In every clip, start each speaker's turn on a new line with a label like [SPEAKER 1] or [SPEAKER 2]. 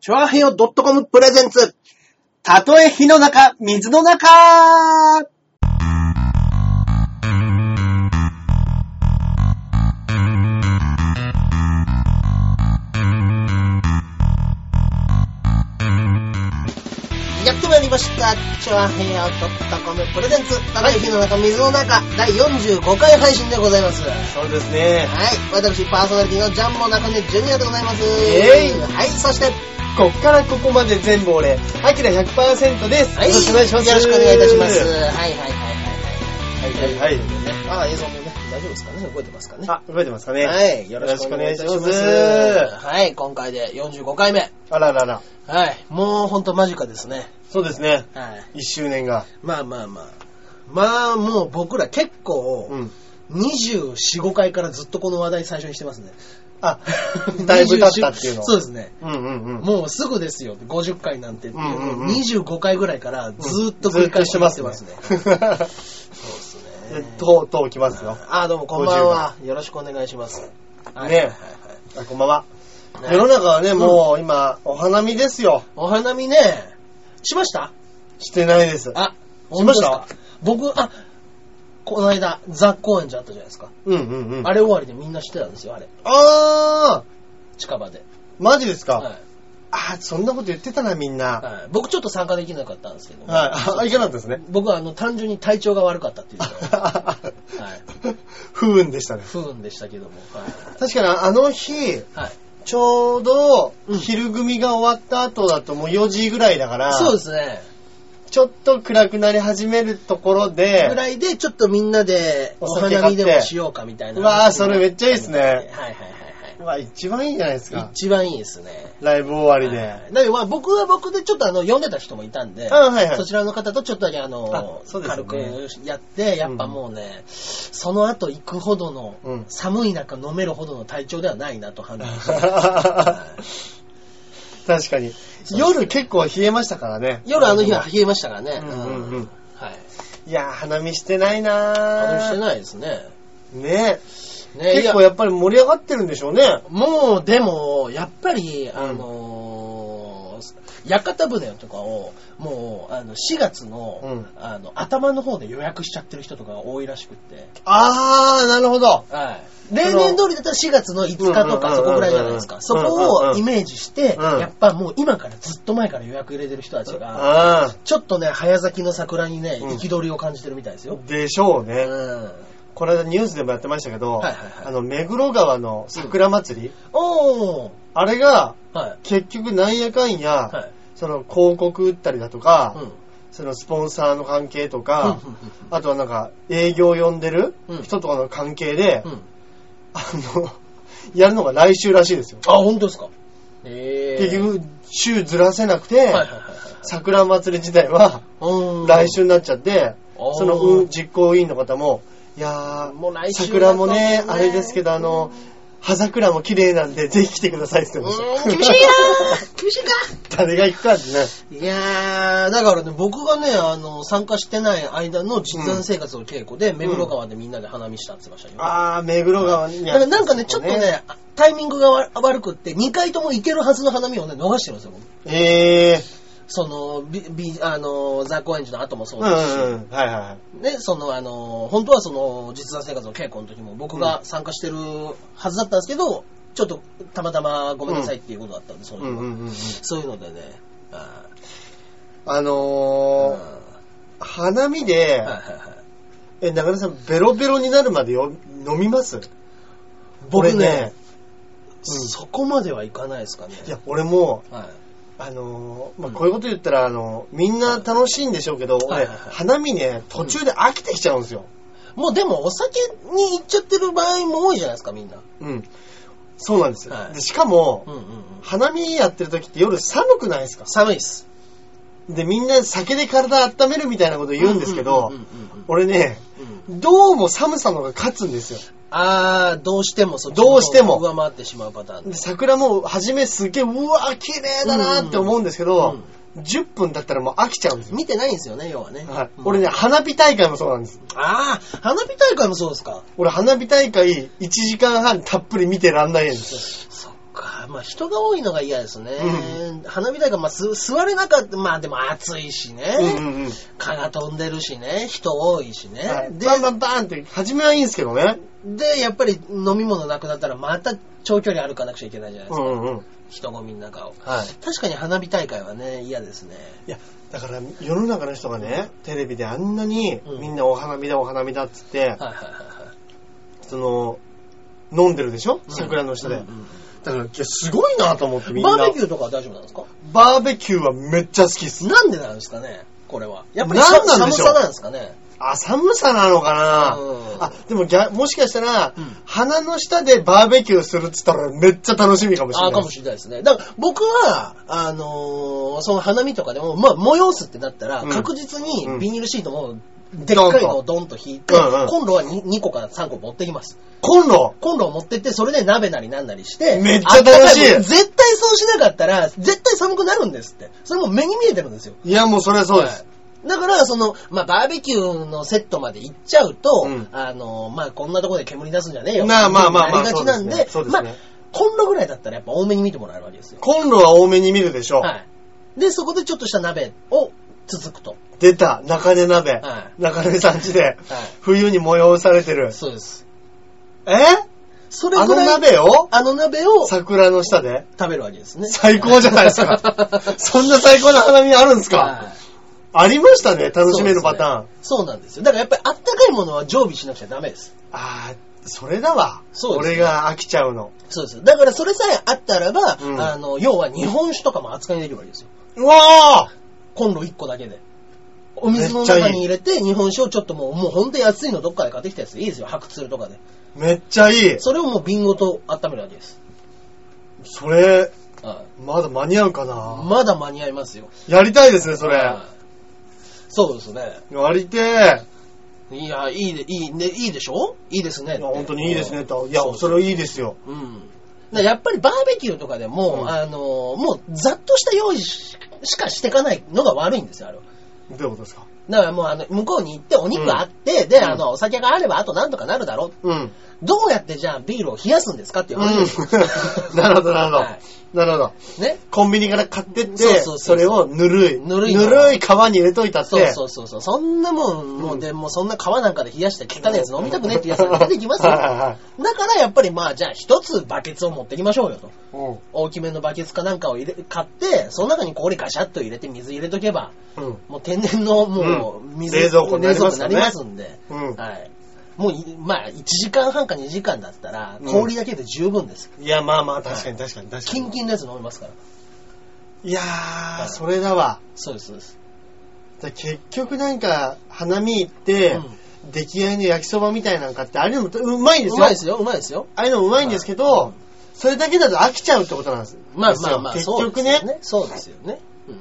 [SPEAKER 1] チョアヘヨ .com プレゼンツ。たとえ火の中、水の中やってまいりました。チョアヘヨ .com プレゼンツ。たとえ火の中、水の中、第45回配信でございます。
[SPEAKER 2] そうですね。
[SPEAKER 1] はい。私、パーソナリティのジャンボ中根ジュニアでございます。
[SPEAKER 2] えい
[SPEAKER 1] はい。そして、
[SPEAKER 2] こっからここまで全部俺、アキラ100%です。
[SPEAKER 1] はい。
[SPEAKER 2] よろしくお願いします。
[SPEAKER 1] よろしくお願いいたします。はいはいはいはい
[SPEAKER 2] はいはいはい。
[SPEAKER 1] はい。あ、映像もね、大丈夫ですかね覚えてますかね
[SPEAKER 2] あ、覚えてますかね
[SPEAKER 1] はい。よろしくお願いいたします。はい。今回で45回目。
[SPEAKER 2] あららら。
[SPEAKER 1] はい。もうほんと間近ですね。
[SPEAKER 2] そうですね。
[SPEAKER 1] はい。
[SPEAKER 2] 1周年が。
[SPEAKER 1] まあまあまあ。まあもう僕ら結構、
[SPEAKER 2] ん。
[SPEAKER 1] 24、5回からずっとこの話題最初にしてますね。
[SPEAKER 2] あ、だいぶ経ったっていうの。
[SPEAKER 1] そうですね。
[SPEAKER 2] うんうんうん。
[SPEAKER 1] もうすぐですよ、50回なんてっていう、
[SPEAKER 2] うんうんうん
[SPEAKER 1] 25回ぐらいから
[SPEAKER 2] うん
[SPEAKER 1] ずーっと繰り返し
[SPEAKER 2] ず
[SPEAKER 1] て
[SPEAKER 2] ー
[SPEAKER 1] ま
[SPEAKER 2] っと
[SPEAKER 1] す
[SPEAKER 2] して
[SPEAKER 1] ね。
[SPEAKER 2] ます
[SPEAKER 1] そう
[SPEAKER 2] ね
[SPEAKER 1] で。すね。
[SPEAKER 2] とうとう来ますよ。
[SPEAKER 1] あー、どうもこんばんは。よろしくお願いします。はい
[SPEAKER 2] ね
[SPEAKER 1] はいはい
[SPEAKER 2] あ、こんばん
[SPEAKER 1] は
[SPEAKER 2] は。
[SPEAKER 1] い
[SPEAKER 2] 世の中はね、
[SPEAKER 1] うん
[SPEAKER 2] もう今、お花見ですよ。
[SPEAKER 1] お花見ね、しました
[SPEAKER 2] してないです。
[SPEAKER 1] あ、
[SPEAKER 2] しました
[SPEAKER 1] 本当ですか僕、あ、この間、ザ・高円寺あったじゃないですか。
[SPEAKER 2] うんうんうん。
[SPEAKER 1] あれ終わりでみんなしてたんですよ、あれ。
[SPEAKER 2] あー
[SPEAKER 1] 近場で。
[SPEAKER 2] マジですか
[SPEAKER 1] はい
[SPEAKER 2] あ、そんなこと言ってたな、みんな。
[SPEAKER 1] はい僕ちょっと参加できなかったんですけども、
[SPEAKER 2] はい。あ、あいかなかったですね。
[SPEAKER 1] 僕はあの単純に体調が悪かったっていうのがい
[SPEAKER 2] 不運でしたね。
[SPEAKER 1] 不運でしたけども。はい
[SPEAKER 2] 確かにあの日、
[SPEAKER 1] はい
[SPEAKER 2] ちょうど
[SPEAKER 1] うん
[SPEAKER 2] 昼組が終わった後だともう4時ぐらいだから、
[SPEAKER 1] そうですね。
[SPEAKER 2] ちょっと暗くなり始めるところ
[SPEAKER 1] ぐ
[SPEAKER 2] で、
[SPEAKER 1] らいで、ちょっとみんなで、お
[SPEAKER 2] お酒買
[SPEAKER 1] 花見
[SPEAKER 2] って
[SPEAKER 1] でもしようかみたいな。
[SPEAKER 2] うわーそれめっちゃいいっすね
[SPEAKER 1] はいはいはい
[SPEAKER 2] まあ一番いいんじゃないです
[SPEAKER 1] はい。
[SPEAKER 2] か。
[SPEAKER 1] 一番いいですね。
[SPEAKER 2] ライブ終わり
[SPEAKER 1] は
[SPEAKER 2] で。
[SPEAKER 1] いだけどまあ僕は僕でちょっとあの、読んでた人もいたんで、
[SPEAKER 2] あはいはい
[SPEAKER 1] そちらの方とちょっとだけあの
[SPEAKER 2] あそうです
[SPEAKER 1] 軽
[SPEAKER 2] よね
[SPEAKER 1] くやって、やっぱもうね、その後行くほどの、
[SPEAKER 2] うん
[SPEAKER 1] 寒い中飲めるほどの体調ではないなと 判断して。はい
[SPEAKER 2] 確かに。夜結構冷えましたからね。
[SPEAKER 1] 夜あの日は冷えましたからね。
[SPEAKER 2] うんうんうん
[SPEAKER 1] はい。
[SPEAKER 2] いやー、花見してない
[SPEAKER 1] あの
[SPEAKER 2] な
[SPEAKER 1] して
[SPEAKER 2] ー。
[SPEAKER 1] ないですね。
[SPEAKER 2] ね
[SPEAKER 1] ね
[SPEAKER 2] 結構やっぱり盛り上がってるんでしょうね。
[SPEAKER 1] もう、でも、やっぱり、
[SPEAKER 2] ん
[SPEAKER 1] あのー屋形船とかを、もう、あの、4月の、
[SPEAKER 2] うん
[SPEAKER 1] あの、頭の方で予約しちゃってる人とかが多いらしくって。
[SPEAKER 2] あー、なるほど。
[SPEAKER 1] はい。例年通りだったら4月の5日と
[SPEAKER 2] うん
[SPEAKER 1] か
[SPEAKER 2] うんうんうん
[SPEAKER 1] そこぐらいじゃないですか。そこをイメージして、
[SPEAKER 2] うん
[SPEAKER 1] やっぱもう今からずっと前から予約入れてる人たちが、
[SPEAKER 2] あー。
[SPEAKER 1] ちょっとね、早咲きの桜にね、
[SPEAKER 2] うん
[SPEAKER 1] 憤りを感じてるみたいですよ。
[SPEAKER 2] でしょうね。
[SPEAKER 1] うん。
[SPEAKER 2] この間ニュースでもやってましたけど、
[SPEAKER 1] はいはいはい
[SPEAKER 2] あの、目黒川の桜祭り、
[SPEAKER 1] おー
[SPEAKER 2] あれが、
[SPEAKER 1] はい。
[SPEAKER 2] 結局なんやかんや、
[SPEAKER 1] はい。
[SPEAKER 2] その広告打ったりだとか、
[SPEAKER 1] うん。
[SPEAKER 2] そのスポンサーの関係とか、
[SPEAKER 1] うんうんうん
[SPEAKER 2] あとはなんか営業呼んでる
[SPEAKER 1] うん
[SPEAKER 2] 人とかの関係で、
[SPEAKER 1] うん。
[SPEAKER 2] あの、 やるのが来週らしいですよ。
[SPEAKER 1] あ、本当ですか。え
[SPEAKER 2] 結局、週ずらせなくて、
[SPEAKER 1] はいはいはいはい
[SPEAKER 2] 桜祭り自体は
[SPEAKER 1] うん
[SPEAKER 2] 来週になっちゃって、
[SPEAKER 1] おー
[SPEAKER 2] そのうん実行委員の方も、いやー、
[SPEAKER 1] もう来週
[SPEAKER 2] 桜もね
[SPEAKER 1] だ、と
[SPEAKER 2] あれですけど、あの、葉桜も綺麗なんで、ぜひ来てくださいって
[SPEAKER 1] う
[SPEAKER 2] 言ってま
[SPEAKER 1] ー
[SPEAKER 2] した。
[SPEAKER 1] ん厳しいなー厳しいか
[SPEAKER 2] 誰が行くかってね。
[SPEAKER 1] いやー、だからね、僕がね、あの、参加してない間の実弾生活の稽古で、目黒川でみんなで花見したって言ってましたよ。
[SPEAKER 2] あー、目黒川に
[SPEAKER 1] だからなんかね、ちょっとね、タイミングがわ悪くって、2回とも行けるはずの花見をね、逃してるんですよ、僕
[SPEAKER 2] えー、
[SPEAKER 1] その、び、び、あの、ザ・高円寺の後もそう
[SPEAKER 2] う
[SPEAKER 1] ですし、
[SPEAKER 2] んうん、はいはいはい。
[SPEAKER 1] ね、その、あの、本当はその、実弾生活の稽古の時も僕が参加してるはずだったんですけど、ちょっと、たまたまごめんなさいっていうことだったんで、その
[SPEAKER 2] う
[SPEAKER 1] 時
[SPEAKER 2] ん
[SPEAKER 1] は
[SPEAKER 2] うんうんうん。
[SPEAKER 1] そういうのでね、あ
[SPEAKER 2] あ
[SPEAKER 1] ー
[SPEAKER 2] のー、花見で
[SPEAKER 1] うん、はいはいはい
[SPEAKER 2] え、中根さん、ベロベロになるまでよ飲みます
[SPEAKER 1] 僕
[SPEAKER 2] 俺
[SPEAKER 1] ね、
[SPEAKER 2] うん
[SPEAKER 1] そこまではいかないですかね。
[SPEAKER 2] いや、俺も、
[SPEAKER 1] は
[SPEAKER 2] あのー、まあ、こういうこと言ったら、あの、みんな楽しいんでしょうけど、
[SPEAKER 1] はい
[SPEAKER 2] 俺、
[SPEAKER 1] はいはい
[SPEAKER 2] 花見ね、途中で飽きてきちゃうんですよ。
[SPEAKER 1] い、もうでも、お酒に行っちゃってる場合も多いじゃないですか、みんな。
[SPEAKER 2] うん。そうなんですよ。
[SPEAKER 1] はい
[SPEAKER 2] でしかも、
[SPEAKER 1] うんうんうん。
[SPEAKER 2] 花見やってる時って夜寒くないですか
[SPEAKER 1] 寒いっす。
[SPEAKER 2] で、みんな酒で体温めるみたいなこと言うんですけど
[SPEAKER 1] う、んうんうんうん
[SPEAKER 2] 俺ね、
[SPEAKER 1] うん
[SPEAKER 2] どうも寒さの方が勝つんですよ。
[SPEAKER 1] あー、どうしてもそっちの
[SPEAKER 2] どうしても
[SPEAKER 1] 上回ってしまうパターン
[SPEAKER 2] で桜も初めすげえ、うわー、綺麗だなーって思うんですけ
[SPEAKER 1] う
[SPEAKER 2] ど
[SPEAKER 1] ん、
[SPEAKER 2] 10分経ったらもう飽きちゃうんですよ。
[SPEAKER 1] 見てないんですよね、要はね。
[SPEAKER 2] はい
[SPEAKER 1] うん
[SPEAKER 2] 俺ね、花火大会もそうなんです。
[SPEAKER 1] ああ、花火大会もそうですか。
[SPEAKER 2] 俺、花火大会1時間半たっぷり見てらんないんですよ。
[SPEAKER 1] そっか、まあ人が多いのが嫌ですね。花火大会、まあす座れなかった、まあでも暑いしね。
[SPEAKER 2] うんうんうん。
[SPEAKER 1] 蚊が飛んでるしね、人多いしね。
[SPEAKER 2] はい
[SPEAKER 1] で
[SPEAKER 2] バンバンバーンって、初めはいいんですけどね。
[SPEAKER 1] で、やっぱり飲み物なくなったらまた長距離歩かなくちゃいけないじゃないで
[SPEAKER 2] う
[SPEAKER 1] すか。
[SPEAKER 2] んうんうん。
[SPEAKER 1] 人混みの中を。
[SPEAKER 2] はい。
[SPEAKER 1] 確かに花火大会はね、嫌ですね。
[SPEAKER 2] いや、だから世の中の人がね、テレビであんなに
[SPEAKER 1] うん
[SPEAKER 2] みんなお花見だお花見だっつって、
[SPEAKER 1] はいはいはいはい。
[SPEAKER 2] その、飲んでるでしょ
[SPEAKER 1] うん
[SPEAKER 2] 桜の下で。
[SPEAKER 1] うんうん
[SPEAKER 2] だから、いやすごいなと思ってみんな。
[SPEAKER 1] バーベ
[SPEAKER 2] ュ
[SPEAKER 1] キューとかは大丈夫なんですか
[SPEAKER 2] ーバーベキューはめっちゃ好きっす。
[SPEAKER 1] なんでなんですかねこれは。やっぱり
[SPEAKER 2] なん
[SPEAKER 1] 寒
[SPEAKER 2] なん
[SPEAKER 1] 寒
[SPEAKER 2] でしょう
[SPEAKER 1] さなんですかね
[SPEAKER 2] あ、寒さなのかな、
[SPEAKER 1] うん
[SPEAKER 2] あ、でもぎゃもしかしたら、
[SPEAKER 1] うん
[SPEAKER 2] 花の下でバーベキューするっつったらめっちゃ楽しみかもしれ
[SPEAKER 1] あ
[SPEAKER 2] な
[SPEAKER 1] あ、
[SPEAKER 2] い。
[SPEAKER 1] かもしれないですね。だから僕は、あのーその花見とかでも、まあ、催すってなったら、
[SPEAKER 2] うん
[SPEAKER 1] 確実に
[SPEAKER 2] うん
[SPEAKER 1] ビニールシートも、でっかいのをドンと引いて、
[SPEAKER 2] うんうん
[SPEAKER 1] コンロは 2, 個から3個持ってきます。
[SPEAKER 2] コンロ
[SPEAKER 1] コンロを持ってって、それで鍋なりなんなりして、
[SPEAKER 2] めっちゃ楽しい
[SPEAKER 1] あったかも絶対そうしなかったら、絶対寒くなるんですって。それもう目に見えてるんですよ。
[SPEAKER 2] いや、もうそれはそうです。
[SPEAKER 1] はい。だから、その、まあ、バーベキューのセットまで行っちゃうと、
[SPEAKER 2] うん
[SPEAKER 1] あの、まあ、こんなところで煙出すんじゃねえよ。
[SPEAKER 2] まあまあまあまあ
[SPEAKER 1] なりがちなんで、
[SPEAKER 2] そうですね
[SPEAKER 1] ま
[SPEAKER 2] そ
[SPEAKER 1] あ
[SPEAKER 2] うですね、
[SPEAKER 1] コンロぐらいだったらやっぱ多めに見てもらえるわけですよ。
[SPEAKER 2] コンロは多めに見るでしょ。
[SPEAKER 1] はい。で、そこでちょっとした鍋を続くと。
[SPEAKER 2] 出た、中根鍋。
[SPEAKER 1] は
[SPEAKER 2] 中根さんちで、
[SPEAKER 1] はい
[SPEAKER 2] 冬に催されてる。
[SPEAKER 1] そうです。
[SPEAKER 2] え
[SPEAKER 1] それ
[SPEAKER 2] あ
[SPEAKER 1] ぐ
[SPEAKER 2] の
[SPEAKER 1] らい、
[SPEAKER 2] 鍋を
[SPEAKER 1] あの鍋を食
[SPEAKER 2] 桜の下で
[SPEAKER 1] べるわけですね。。
[SPEAKER 2] 最高じゃないですか そんな最高な花見あるんですか、
[SPEAKER 1] はい
[SPEAKER 2] ありましたね、楽しめるパターン。
[SPEAKER 1] そうなんですよ。だからやっぱりあったかいものは常備しなくちゃダメです。
[SPEAKER 2] ああ、それだわ。
[SPEAKER 1] そうですね
[SPEAKER 2] 俺が飽きちゃうの。
[SPEAKER 1] そうです。だからそれさえあったらば、
[SPEAKER 2] うん
[SPEAKER 1] あの、要は日本酒とかも扱いにできるわけですよ。
[SPEAKER 2] うわ
[SPEAKER 1] コンロ1個だけで。お水の中に入れて、日本酒をちょっともう、もう本当に安いのどっかで買ってきたやつでいいですよ。白鶴とかで。
[SPEAKER 2] ーめっちゃいい。
[SPEAKER 1] それをもう瓶ごと温めるわけです。
[SPEAKER 2] それ、
[SPEAKER 1] は
[SPEAKER 2] まだ間に合うか
[SPEAKER 1] い
[SPEAKER 2] な
[SPEAKER 1] まだ間に合いますよ。
[SPEAKER 2] やりたいですね、それ
[SPEAKER 1] は。いそうですね。
[SPEAKER 2] やりてえ。
[SPEAKER 1] いや、いいで、いい、ね、いいでしょいいですねっ
[SPEAKER 2] い
[SPEAKER 1] て。
[SPEAKER 2] や本当にいいですね、と。いや
[SPEAKER 1] そ、う
[SPEAKER 2] それいいですよ。
[SPEAKER 1] うん。だからやっぱりバーベキューとかでも、
[SPEAKER 2] うん
[SPEAKER 1] あの、もうざっとした用意ししかしていかないのが悪いんですよ、あれは。
[SPEAKER 2] どういうことですか
[SPEAKER 1] だからもうあの、向こうに行ってお肉あって、で、あの、お酒があればあとなんとかなるだろう。
[SPEAKER 2] うん。
[SPEAKER 1] どうやってじゃあビールを冷やすんですかっていう話ですよ。
[SPEAKER 2] うんなるほど、なるほど
[SPEAKER 1] は。
[SPEAKER 2] なるほど。
[SPEAKER 1] いね。
[SPEAKER 2] コンビニから買ってって、
[SPEAKER 1] そうそうそうそう
[SPEAKER 2] それをぬるい。
[SPEAKER 1] ぬるい
[SPEAKER 2] ぬ
[SPEAKER 1] の
[SPEAKER 2] るい皮に入れといたって。
[SPEAKER 1] そうそうそうそう。そんなもん、もうで、もうそんな川なんかで冷やして汚いやつ飲みたくねえってやつが 出てきますよ。
[SPEAKER 2] は
[SPEAKER 1] だ
[SPEAKER 2] いはいは
[SPEAKER 1] か
[SPEAKER 2] い
[SPEAKER 1] らやっぱりまあじゃあ一つバケツを持ってきましょうよと。
[SPEAKER 2] うん。
[SPEAKER 1] 大きめのバケツかなんかを入れ買って、その中に氷ガシャッと入れて水入れとけば、
[SPEAKER 2] うん。
[SPEAKER 1] もう天然のもう水、
[SPEAKER 2] 冷蔵庫になりますよね
[SPEAKER 1] 冷蔵庫になりますんで、
[SPEAKER 2] うん
[SPEAKER 1] はい。もうい、まあ、1時間半か2時間だったら、
[SPEAKER 2] うん
[SPEAKER 1] 氷だけで十分です。
[SPEAKER 2] いや、まあまあ、確かに確かに確か
[SPEAKER 1] キ
[SPEAKER 2] に。
[SPEAKER 1] ンキンのやつ飲みますから。
[SPEAKER 2] いやー、それだわ。
[SPEAKER 1] そうです、そうです。
[SPEAKER 2] だから結局なんか、花見行って、出来合いの焼きそばみたいなんかって、あれでもうまいんですよ。
[SPEAKER 1] うまいですよ、うまいですよ。
[SPEAKER 2] あれでもうまいんですけど、
[SPEAKER 1] はいうん
[SPEAKER 2] それだけだと飽きちゃうってことなんです。
[SPEAKER 1] まあまあまあ、
[SPEAKER 2] 結
[SPEAKER 1] そうで
[SPEAKER 2] 局
[SPEAKER 1] す
[SPEAKER 2] ね
[SPEAKER 1] よね。そうですよね。うん。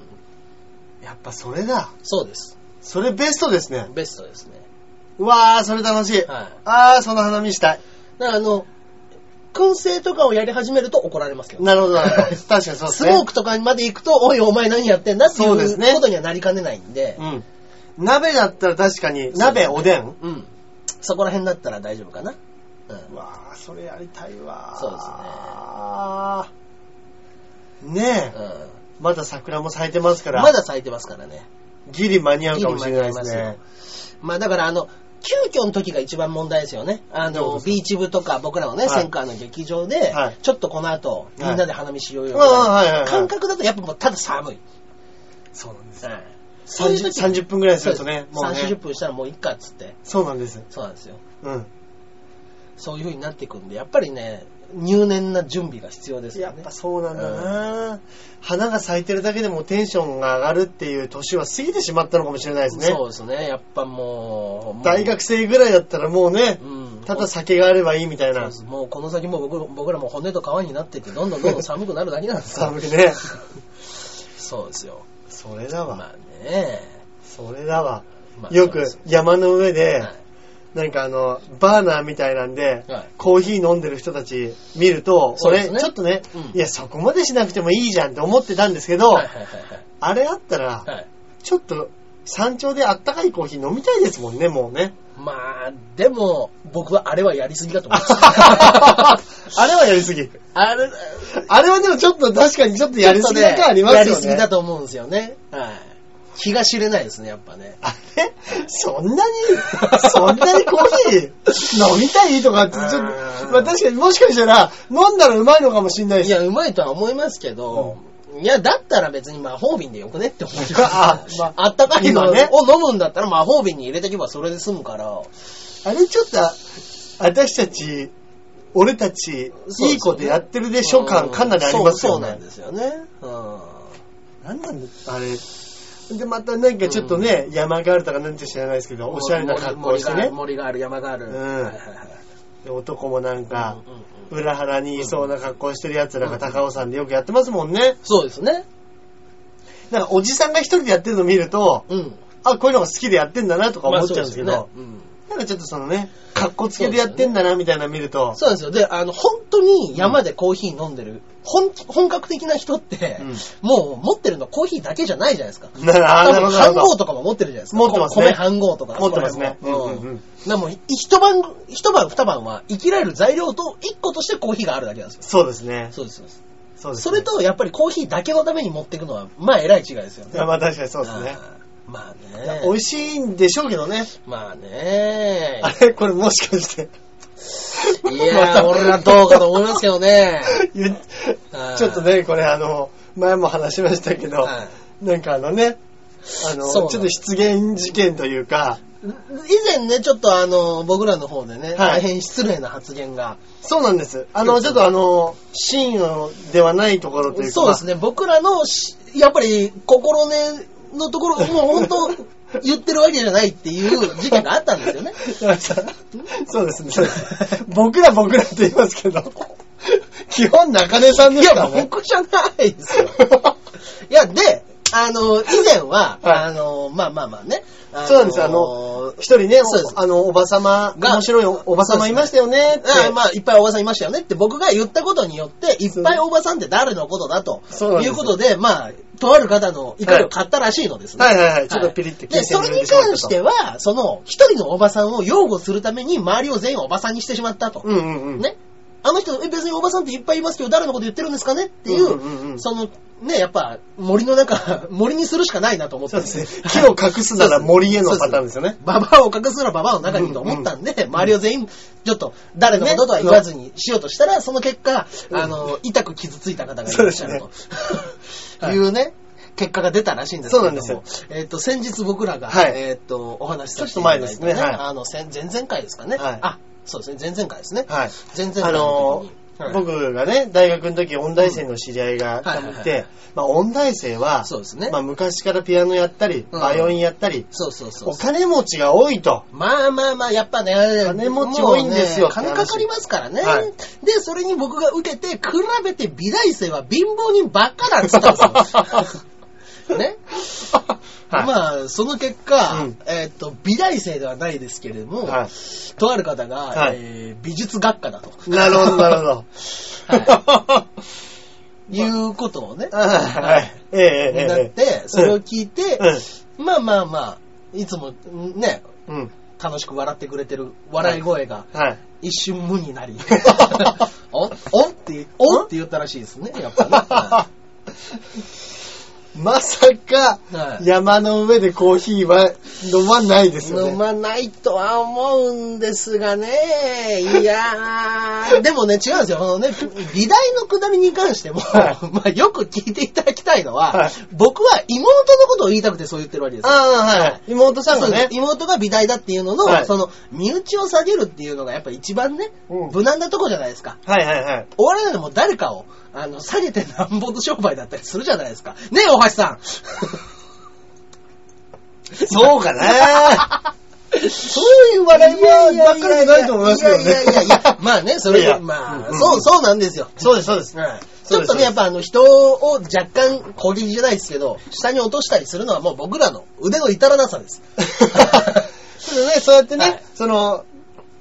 [SPEAKER 2] やっぱそれだ。
[SPEAKER 1] そうです。
[SPEAKER 2] それベストですね。
[SPEAKER 1] ベストですね。
[SPEAKER 2] うわー、それ楽しい。
[SPEAKER 1] はい。
[SPEAKER 2] あー、その花見したい。
[SPEAKER 1] だからあの、燻製とかをやり始めると怒られますけど。
[SPEAKER 2] なるほど、なるほど。確かにそうです
[SPEAKER 1] ス
[SPEAKER 2] ね。
[SPEAKER 1] モークとかまで行くと、おいお前何やってんだってい
[SPEAKER 2] そうですね
[SPEAKER 1] うことにはなりかねないんで、
[SPEAKER 2] うん。鍋だったら確かに、鍋、おでん
[SPEAKER 1] うん。そこら辺だったら大丈夫かな。うん。
[SPEAKER 2] わあそれやりたいわ
[SPEAKER 1] そう
[SPEAKER 2] うですね。ねえ、
[SPEAKER 1] うん
[SPEAKER 2] まだ桜も咲いてますから、
[SPEAKER 1] まだ咲いてますからね。
[SPEAKER 2] ギリ間に合うかもしれないですね。
[SPEAKER 1] まあだからあの、急遽の時が一番問題ですよね。あ
[SPEAKER 2] どういうこと
[SPEAKER 1] の、
[SPEAKER 2] ですか
[SPEAKER 1] ビーチ部とか僕らのね、
[SPEAKER 2] はい
[SPEAKER 1] センカーの劇場で
[SPEAKER 2] はい、
[SPEAKER 1] ちょっとこの後、みんなで花見しようよみ
[SPEAKER 2] うんうん
[SPEAKER 1] た
[SPEAKER 2] はい
[SPEAKER 1] い
[SPEAKER 2] はいは
[SPEAKER 1] ない感覚だとやっぱもうただ寒い。
[SPEAKER 2] そうなんです。
[SPEAKER 1] はいそういう
[SPEAKER 2] 30,
[SPEAKER 1] 時
[SPEAKER 2] 30分ぐらいするとね、も
[SPEAKER 1] そううです30
[SPEAKER 2] ね。
[SPEAKER 1] 分したらもういっかっつって。
[SPEAKER 2] そうなんです。
[SPEAKER 1] そうなんですよ。
[SPEAKER 2] うん。
[SPEAKER 1] そういう風になっていくんで、やっぱりね、入念な準備が必要ですよ
[SPEAKER 2] や
[SPEAKER 1] ね。
[SPEAKER 2] っぱそうなんだな、花が咲いてるだけでもテンションが上がるっていう年は過ぎてしまったのかもしれないですね。
[SPEAKER 1] そうですね。やっぱもう、
[SPEAKER 2] 大学生ぐらいだったらもうね、
[SPEAKER 1] うん
[SPEAKER 2] ただ酒があればいいみたい
[SPEAKER 1] そう
[SPEAKER 2] な
[SPEAKER 1] で。すもうこの先もう僕僕らも骨と皮になってって、どんどんどんどん寒くなるだけなんですよ。
[SPEAKER 2] 寒い ね。
[SPEAKER 1] そうですよ。
[SPEAKER 2] それだわ。
[SPEAKER 1] まあね。
[SPEAKER 2] それだわ。
[SPEAKER 1] まあ
[SPEAKER 2] よく山の上で、
[SPEAKER 1] はい
[SPEAKER 2] なんかあの、バーナーみたいなんで、
[SPEAKER 1] はい
[SPEAKER 2] コーヒー飲んでる人たち見ると、
[SPEAKER 1] そうで
[SPEAKER 2] 俺、
[SPEAKER 1] すね
[SPEAKER 2] ちょっとね、
[SPEAKER 1] うん
[SPEAKER 2] いや、そこまでしなくてもいいじゃんって思ってたんですけど、
[SPEAKER 1] はいはいはい
[SPEAKER 2] あれあったら、
[SPEAKER 1] はい。はい
[SPEAKER 2] ちょっと、山頂であったかいコーヒー飲みたいですもんね、もうね。
[SPEAKER 1] まあ、でも、僕はあれはやりすぎだと思いま
[SPEAKER 2] あ
[SPEAKER 1] す。
[SPEAKER 2] れはやりすぎ。
[SPEAKER 1] あれ、
[SPEAKER 2] あれはでもちょっと確かにちょっとやりすぎな
[SPEAKER 1] ちょっと
[SPEAKER 2] 感ありますよね。
[SPEAKER 1] やりすぎだと思うんですよね。はい。気が知れないですね、やっぱね。
[SPEAKER 2] あれそんなに、そんなにコーヒー飲みたいとかって、ちょっと、
[SPEAKER 1] うん
[SPEAKER 2] まあ確かにもしかしたら、飲んだらうまいのかもしんない
[SPEAKER 1] い
[SPEAKER 2] し。
[SPEAKER 1] や、うまいとは思いますけど、いや、だったら別に魔法瓶でよくねって思います。
[SPEAKER 2] あ
[SPEAKER 1] あ、
[SPEAKER 2] ま
[SPEAKER 1] あったかいの
[SPEAKER 2] 今
[SPEAKER 1] を
[SPEAKER 2] ね
[SPEAKER 1] 飲むんだったら魔法瓶に入れてけばそれで済むから。
[SPEAKER 2] あれちょっと、私たち、俺たち、いいことやってるでしょ感、かなりありますよ
[SPEAKER 1] そうそうなん
[SPEAKER 2] ね。
[SPEAKER 1] ですよね。うん。
[SPEAKER 2] なんなんだあれ。で、またなんかちょっとね、山があるとかなんて知らないですけど、おしゃれな格好をして
[SPEAKER 1] 森があ
[SPEAKER 2] ね。
[SPEAKER 1] る、森がある山がある。
[SPEAKER 2] うん
[SPEAKER 1] はいはい
[SPEAKER 2] で男もなん
[SPEAKER 1] は
[SPEAKER 2] か
[SPEAKER 1] い、うんうんうん
[SPEAKER 2] 裏腹にいそうな格好してる奴らが高尾山でよくやってますもんね。
[SPEAKER 1] そうですね。
[SPEAKER 2] なんかおじさんが一人でやってるの見ると、
[SPEAKER 1] うん。
[SPEAKER 2] あ、こういうのが好きでやってんだなとか思っちゃうんですけど、
[SPEAKER 1] まあそうですよねうん
[SPEAKER 2] なんかちょっとそのね、格好つけでやってんだなみたいなの見ると、
[SPEAKER 1] そうなんですよ。で、あの、本当に山でコーヒー飲んでる、本本格的な人って、
[SPEAKER 2] うん
[SPEAKER 1] もう持ってるのはコーヒーだけじゃないじゃないですか。
[SPEAKER 2] なあーなるほどな
[SPEAKER 1] 半
[SPEAKER 2] るほど
[SPEAKER 1] 合とかも持ってるじゃないですか。
[SPEAKER 2] 持ってますね
[SPEAKER 1] 米半合とか。
[SPEAKER 2] 持ってますね
[SPEAKER 1] そこら辺も
[SPEAKER 2] うんうんうん
[SPEAKER 1] うん。なもう一晩、一晩二晩は生きられる材料と一個としてコーヒーがあるだけなんですよ。
[SPEAKER 2] そうですね。
[SPEAKER 1] そうです、そうです。
[SPEAKER 2] そうです
[SPEAKER 1] そ
[SPEAKER 2] ね
[SPEAKER 1] れ、と、やっぱりコーヒーだけのために持っていくのは、まあ、えらい違いですよ
[SPEAKER 2] い
[SPEAKER 1] ね。
[SPEAKER 2] やまあ確かにそうですね。
[SPEAKER 1] あー。まあ
[SPEAKER 2] いや
[SPEAKER 1] ね。
[SPEAKER 2] 美味しいんでしょうけどね。
[SPEAKER 1] まあ ね
[SPEAKER 2] あ。れこれもしかして。
[SPEAKER 1] いやー、俺らどうかと思いますけど ね。
[SPEAKER 2] 言っ
[SPEAKER 1] はい
[SPEAKER 2] ちょっとね、これあの、前も話しましたけど、
[SPEAKER 1] はい
[SPEAKER 2] なんかあのね、あの、ち
[SPEAKER 1] そう
[SPEAKER 2] ょ
[SPEAKER 1] な
[SPEAKER 2] っ
[SPEAKER 1] ん
[SPEAKER 2] と失言事件というか、
[SPEAKER 1] 以前ね、ちょっとあの、僕らの方でね、
[SPEAKER 2] はい
[SPEAKER 1] 大変失礼な発言が。
[SPEAKER 2] そうなんです。あの、ちょっとあの、真意ではないところというか、
[SPEAKER 1] そうですね、僕らのし、やっぱり心根のところ、もう本 当、言ってるわけじゃないっていう事件があったんですよね。
[SPEAKER 2] 山田さん そうですね。僕ら僕らって言いますけど、基本中根さん
[SPEAKER 1] い
[SPEAKER 2] ですか
[SPEAKER 1] や、
[SPEAKER 2] らね。
[SPEAKER 1] 僕じゃないですよ。いや、で、あの、以前は、
[SPEAKER 2] はい
[SPEAKER 1] あの、まあまあまあね。あの
[SPEAKER 2] そうなんです。あの、一人ね、
[SPEAKER 1] そうです
[SPEAKER 2] おあの、おばさま、
[SPEAKER 1] が
[SPEAKER 2] 面白いおばさまいましたよねって。
[SPEAKER 1] あまあ、いっぱいおばさんいましたよねって僕が言ったことによって、いっぱいおばさんって誰のことだと
[SPEAKER 2] そうなんです
[SPEAKER 1] いうことで、まあ、とある方の怒りを買ったらしいのですね。
[SPEAKER 2] はいはいはいちょっとピリッと聞いて
[SPEAKER 1] で、それに関しては、その、一人のおばさんを擁護するために、周りを全員おばさんにしてしまったと。
[SPEAKER 2] うんうんうん。
[SPEAKER 1] ね。あの人、え別におばさんっていっぱいいますけど、誰のこと言ってるんですかねっていう、
[SPEAKER 2] うんうんうん
[SPEAKER 1] その、ね、やっぱ、森の中、 森にするしかないなと思って
[SPEAKER 2] そうです ね。木を隠すなら森へのパターンですよね。
[SPEAKER 1] ババアを隠すならババアの中にと思ったんで、周りを全員、ちょっと、誰のこととは言わずにしようとしたら、その結果、あの、痛く傷ついた方がいらっしゃる
[SPEAKER 2] そう
[SPEAKER 1] と。
[SPEAKER 2] はい
[SPEAKER 1] いうね、結果が出たらしいんですけれども。
[SPEAKER 2] そうなんで
[SPEAKER 1] えっと、先日僕らが、
[SPEAKER 2] はい
[SPEAKER 1] えっと、お話しさせていただいた
[SPEAKER 2] ちょっと前ですねはい
[SPEAKER 1] あの、先前々回ですかね。
[SPEAKER 2] はい
[SPEAKER 1] あ、そうですね、前々回ですね。
[SPEAKER 2] はい。
[SPEAKER 1] 前々
[SPEAKER 2] あ
[SPEAKER 1] 回の
[SPEAKER 2] の
[SPEAKER 1] 時に。
[SPEAKER 2] ー
[SPEAKER 1] はい
[SPEAKER 2] 僕がね、大学の時、音大生の知り合いが多
[SPEAKER 1] うんは
[SPEAKER 2] 分い
[SPEAKER 1] いはいはい
[SPEAKER 2] て、まあ、音大生は、
[SPEAKER 1] そうですね
[SPEAKER 2] まあ、昔からピアノやったり、
[SPEAKER 1] うん
[SPEAKER 2] バイオリンやったり、
[SPEAKER 1] そうそうそう
[SPEAKER 2] お。金持ちが多 いと。
[SPEAKER 1] まあまあまあ、やっぱね、
[SPEAKER 2] 金持ち多いんですよ
[SPEAKER 1] もうね金かかりますからね、
[SPEAKER 2] はい
[SPEAKER 1] で、それに僕が受けて、比べて美大生は貧乏人ばっかだっつったん ですよ。ね、
[SPEAKER 2] はい
[SPEAKER 1] まあ、その結果、
[SPEAKER 2] うん
[SPEAKER 1] えっ、と、美大生ではないですけれども、
[SPEAKER 2] はい
[SPEAKER 1] とある方が、
[SPEAKER 2] はい
[SPEAKER 1] えー美術学科だと。
[SPEAKER 2] なるほど、なるほど。
[SPEAKER 1] はいうことをね、
[SPEAKER 2] はい。ええええええ。
[SPEAKER 1] なって、それを聞いて、
[SPEAKER 2] う
[SPEAKER 1] まあまあまあ、いつもね、
[SPEAKER 2] ん。うん。
[SPEAKER 1] 楽しく笑ってくれてる笑い声が、
[SPEAKER 2] はい。
[SPEAKER 1] 一瞬無にな り、おんおんって、おんって言ったらしいですね、やっぱね。
[SPEAKER 2] まさか、
[SPEAKER 1] はい
[SPEAKER 2] 山の上でコーヒーは飲まないですよ
[SPEAKER 1] 飲
[SPEAKER 2] ね。
[SPEAKER 1] まないとは思うんですがね、いやー、でもね、違うんですよ。あのね、美大のくだりに関しても、
[SPEAKER 2] は
[SPEAKER 1] まあよく聞いていただきたいのは、
[SPEAKER 2] はい
[SPEAKER 1] 僕は妹のことを言いたくてそう言ってるわけですよ。
[SPEAKER 2] ああ、はい。妹さんが
[SPEAKER 1] そう
[SPEAKER 2] ね
[SPEAKER 1] です。妹が美大だっていうのの、
[SPEAKER 2] はい
[SPEAKER 1] その、身内を下げるっていうのがやっぱ一番ね、
[SPEAKER 2] うん
[SPEAKER 1] 無難なとこじゃないですか。
[SPEAKER 2] はいはいはい。
[SPEAKER 1] お笑いなんてもう誰かを、あの、下げてなんぼの商売だったりするじゃないですか。ねえ、大橋さん
[SPEAKER 2] そうかなそういう笑いはばっかりじゃないと思いますけどね。
[SPEAKER 1] いやいやいやいや、まあね、そ
[SPEAKER 2] い
[SPEAKER 1] れ
[SPEAKER 2] やいや
[SPEAKER 1] は、ま
[SPEAKER 2] う
[SPEAKER 1] あ、
[SPEAKER 2] ん
[SPEAKER 1] そう、そうなんですよ。
[SPEAKER 2] そうです、そ うです。
[SPEAKER 1] はいち
[SPEAKER 2] そう
[SPEAKER 1] ょ
[SPEAKER 2] で
[SPEAKER 1] っ
[SPEAKER 2] す
[SPEAKER 1] とね、やっぱあの、人を若干、攻撃じゃないですけど、下に落としたりするのはもう僕らの腕の至らなさです。
[SPEAKER 2] そうね、そうやってね、
[SPEAKER 1] はい
[SPEAKER 2] その、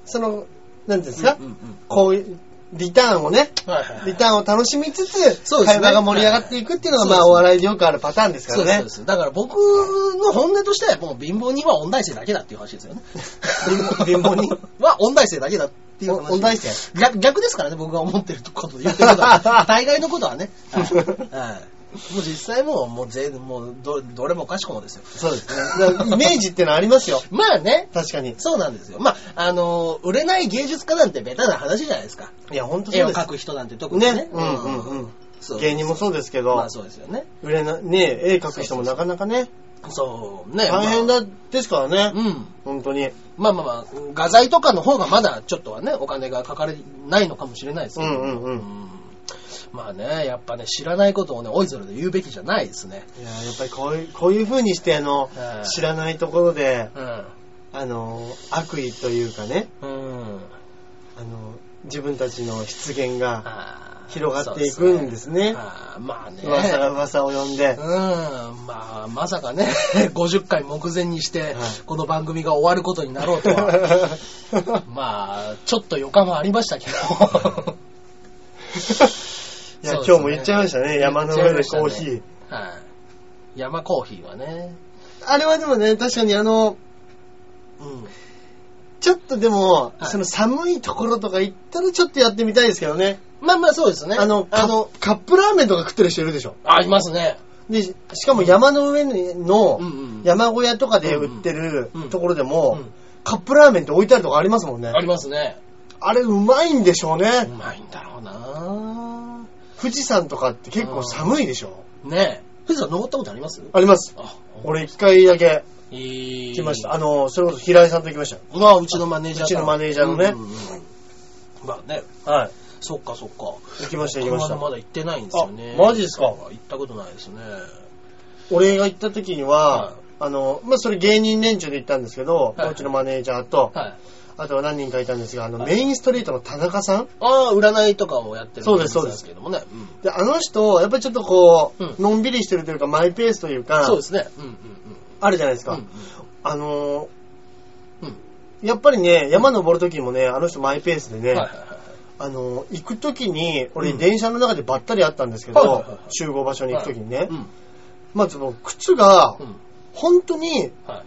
[SPEAKER 2] その、なんていうんですか、
[SPEAKER 1] うんうんうん
[SPEAKER 2] こういう、リターンをね、
[SPEAKER 1] はいはいはい
[SPEAKER 2] リターンを楽しみつつ、
[SPEAKER 1] そうです
[SPEAKER 2] 会
[SPEAKER 1] ね
[SPEAKER 2] 話が盛り上がっていくっていうのが、
[SPEAKER 1] はい
[SPEAKER 2] まあ、お笑いでよくあるパターンですか
[SPEAKER 1] そ
[SPEAKER 2] ら
[SPEAKER 1] うです、
[SPEAKER 2] ね
[SPEAKER 1] そうで。す。だから僕の本音としては、もう貧乏人は音大生だけだっていう話ですよね。
[SPEAKER 2] 貧乏貧乏人
[SPEAKER 1] は音大生だけだっていう話。
[SPEAKER 2] お音大生
[SPEAKER 1] 逆逆ですからね、僕が思ってることで言ってること は。大概のことはね。 はいはいもう実際もう、もう全、もうど、どれもかしこもですよ。
[SPEAKER 2] そうですね。だからイメージってのはありますよ。
[SPEAKER 1] まあね。
[SPEAKER 2] 確かに。
[SPEAKER 1] そうなんですよ。まあ、あの、売れない芸術家なんてベタな話じゃないですか。
[SPEAKER 2] いや、本当
[SPEAKER 1] 絵
[SPEAKER 2] そう
[SPEAKER 1] を
[SPEAKER 2] です
[SPEAKER 1] 描。く人なんて特にね。
[SPEAKER 2] ねうんうんうん
[SPEAKER 1] そう
[SPEAKER 2] 芸人もそうですけど、
[SPEAKER 1] まあそうですよね。
[SPEAKER 2] 売れな、ね、絵描く人もなかなかね、
[SPEAKER 1] そう、ね。
[SPEAKER 2] 大変
[SPEAKER 1] ま
[SPEAKER 2] だですから
[SPEAKER 1] あ
[SPEAKER 2] ね。
[SPEAKER 1] うん。
[SPEAKER 2] 本当に。
[SPEAKER 1] まあまあまあ、画材とかの方がまだちょっとはね、お金がかかれないのかもしれないですけど。
[SPEAKER 2] うんうんうん
[SPEAKER 1] まあね、やっぱね、知らないことをね、おいそれで言うべきじゃないですね。
[SPEAKER 2] いや、やっぱりこういう、こういう風にして、あの
[SPEAKER 1] は、い
[SPEAKER 2] 知らないところで、
[SPEAKER 1] うん。
[SPEAKER 2] あの、悪意というかね、
[SPEAKER 1] うん。
[SPEAKER 2] あの、自分たちの出現が
[SPEAKER 1] あー
[SPEAKER 2] 広がっていくんですね。
[SPEAKER 1] あーまあね。
[SPEAKER 2] 噂が噂を呼んで
[SPEAKER 1] う。ん、まあ、まさかね、50回目前にして、
[SPEAKER 2] い
[SPEAKER 1] この番組が終わることになろうと は、まあ、ちょっと予感はありましたけど。
[SPEAKER 2] いや、
[SPEAKER 1] そうですね
[SPEAKER 2] 今日も言っちゃいましたね。山の上でコーヒ
[SPEAKER 1] 言っ
[SPEAKER 2] ー。
[SPEAKER 1] はい。山コーヒーはね。
[SPEAKER 2] あれはでもね、確かにあの、
[SPEAKER 1] うん。
[SPEAKER 2] ちょっとでも、
[SPEAKER 1] はい
[SPEAKER 2] その寒いところとか行ったらちょっとやってみたいですけどね。
[SPEAKER 1] まあまあ、そうですね。
[SPEAKER 2] あの、
[SPEAKER 1] あの、
[SPEAKER 2] あの、カップラーメンとか食ってる人いるでしょ。
[SPEAKER 1] ありますね。
[SPEAKER 2] で、しかも山の上の
[SPEAKER 1] うんうん
[SPEAKER 2] 山小屋とかで売ってる
[SPEAKER 1] うんうん
[SPEAKER 2] ところで
[SPEAKER 1] う
[SPEAKER 2] も
[SPEAKER 1] ん、
[SPEAKER 2] カップラーメンって置いてあるとこありますもんね
[SPEAKER 1] あ。りますね。
[SPEAKER 2] あれうまいんでしょう
[SPEAKER 1] う
[SPEAKER 2] ね。
[SPEAKER 1] まいんだろうな
[SPEAKER 2] 富士山とかって結構寒いでしょ。
[SPEAKER 1] ねえ。富士山登ったことあります
[SPEAKER 2] あります。
[SPEAKER 1] あ、
[SPEAKER 2] 俺一回だけ
[SPEAKER 1] 行
[SPEAKER 2] 来ました。あの、それこそ平井さんと行きまし
[SPEAKER 1] まあ、うちのマネージャーさん
[SPEAKER 2] うちのマネージャーのね
[SPEAKER 1] うんうんうんまあね、
[SPEAKER 2] た。はい。
[SPEAKER 1] そっかそっか。
[SPEAKER 2] 行きました、行きま
[SPEAKER 1] 僕
[SPEAKER 2] し
[SPEAKER 1] は
[SPEAKER 2] た
[SPEAKER 1] ね。まだ行ってないんですよね。
[SPEAKER 2] あマジですか
[SPEAKER 1] 行ったことないですね。
[SPEAKER 2] 俺が行った時に
[SPEAKER 1] はい
[SPEAKER 2] は、あの、まあ、それ芸人連中で行ったんですけど、
[SPEAKER 1] はいう
[SPEAKER 2] ちのマネージャーと、
[SPEAKER 1] はい。
[SPEAKER 2] あとは何人かいたんですが、あの、
[SPEAKER 1] はい
[SPEAKER 2] メインストリートの田中さん
[SPEAKER 1] ああ、占いとかをやってる
[SPEAKER 2] そうですそうです
[SPEAKER 1] けどもね。うん
[SPEAKER 2] で、あの人、やっぱりちょっとこう、
[SPEAKER 1] うん
[SPEAKER 2] のんびりしてるというか、マイペースというか、
[SPEAKER 1] そうですね。うんうんうん。
[SPEAKER 2] あるじゃないですか。
[SPEAKER 1] うん
[SPEAKER 2] あのー
[SPEAKER 1] うん
[SPEAKER 2] やっぱりね、山登る時もね、あの人マイペースでね、
[SPEAKER 1] うんはいはいはいはい
[SPEAKER 2] あのー行く時に、俺、
[SPEAKER 1] うん
[SPEAKER 2] 電車の中でばったり会ったんですけど、
[SPEAKER 1] はいはいはいはい
[SPEAKER 2] 集合場所に行く時にね、
[SPEAKER 1] うん
[SPEAKER 2] まずもう靴が、
[SPEAKER 1] うん
[SPEAKER 2] 本当に、
[SPEAKER 1] はい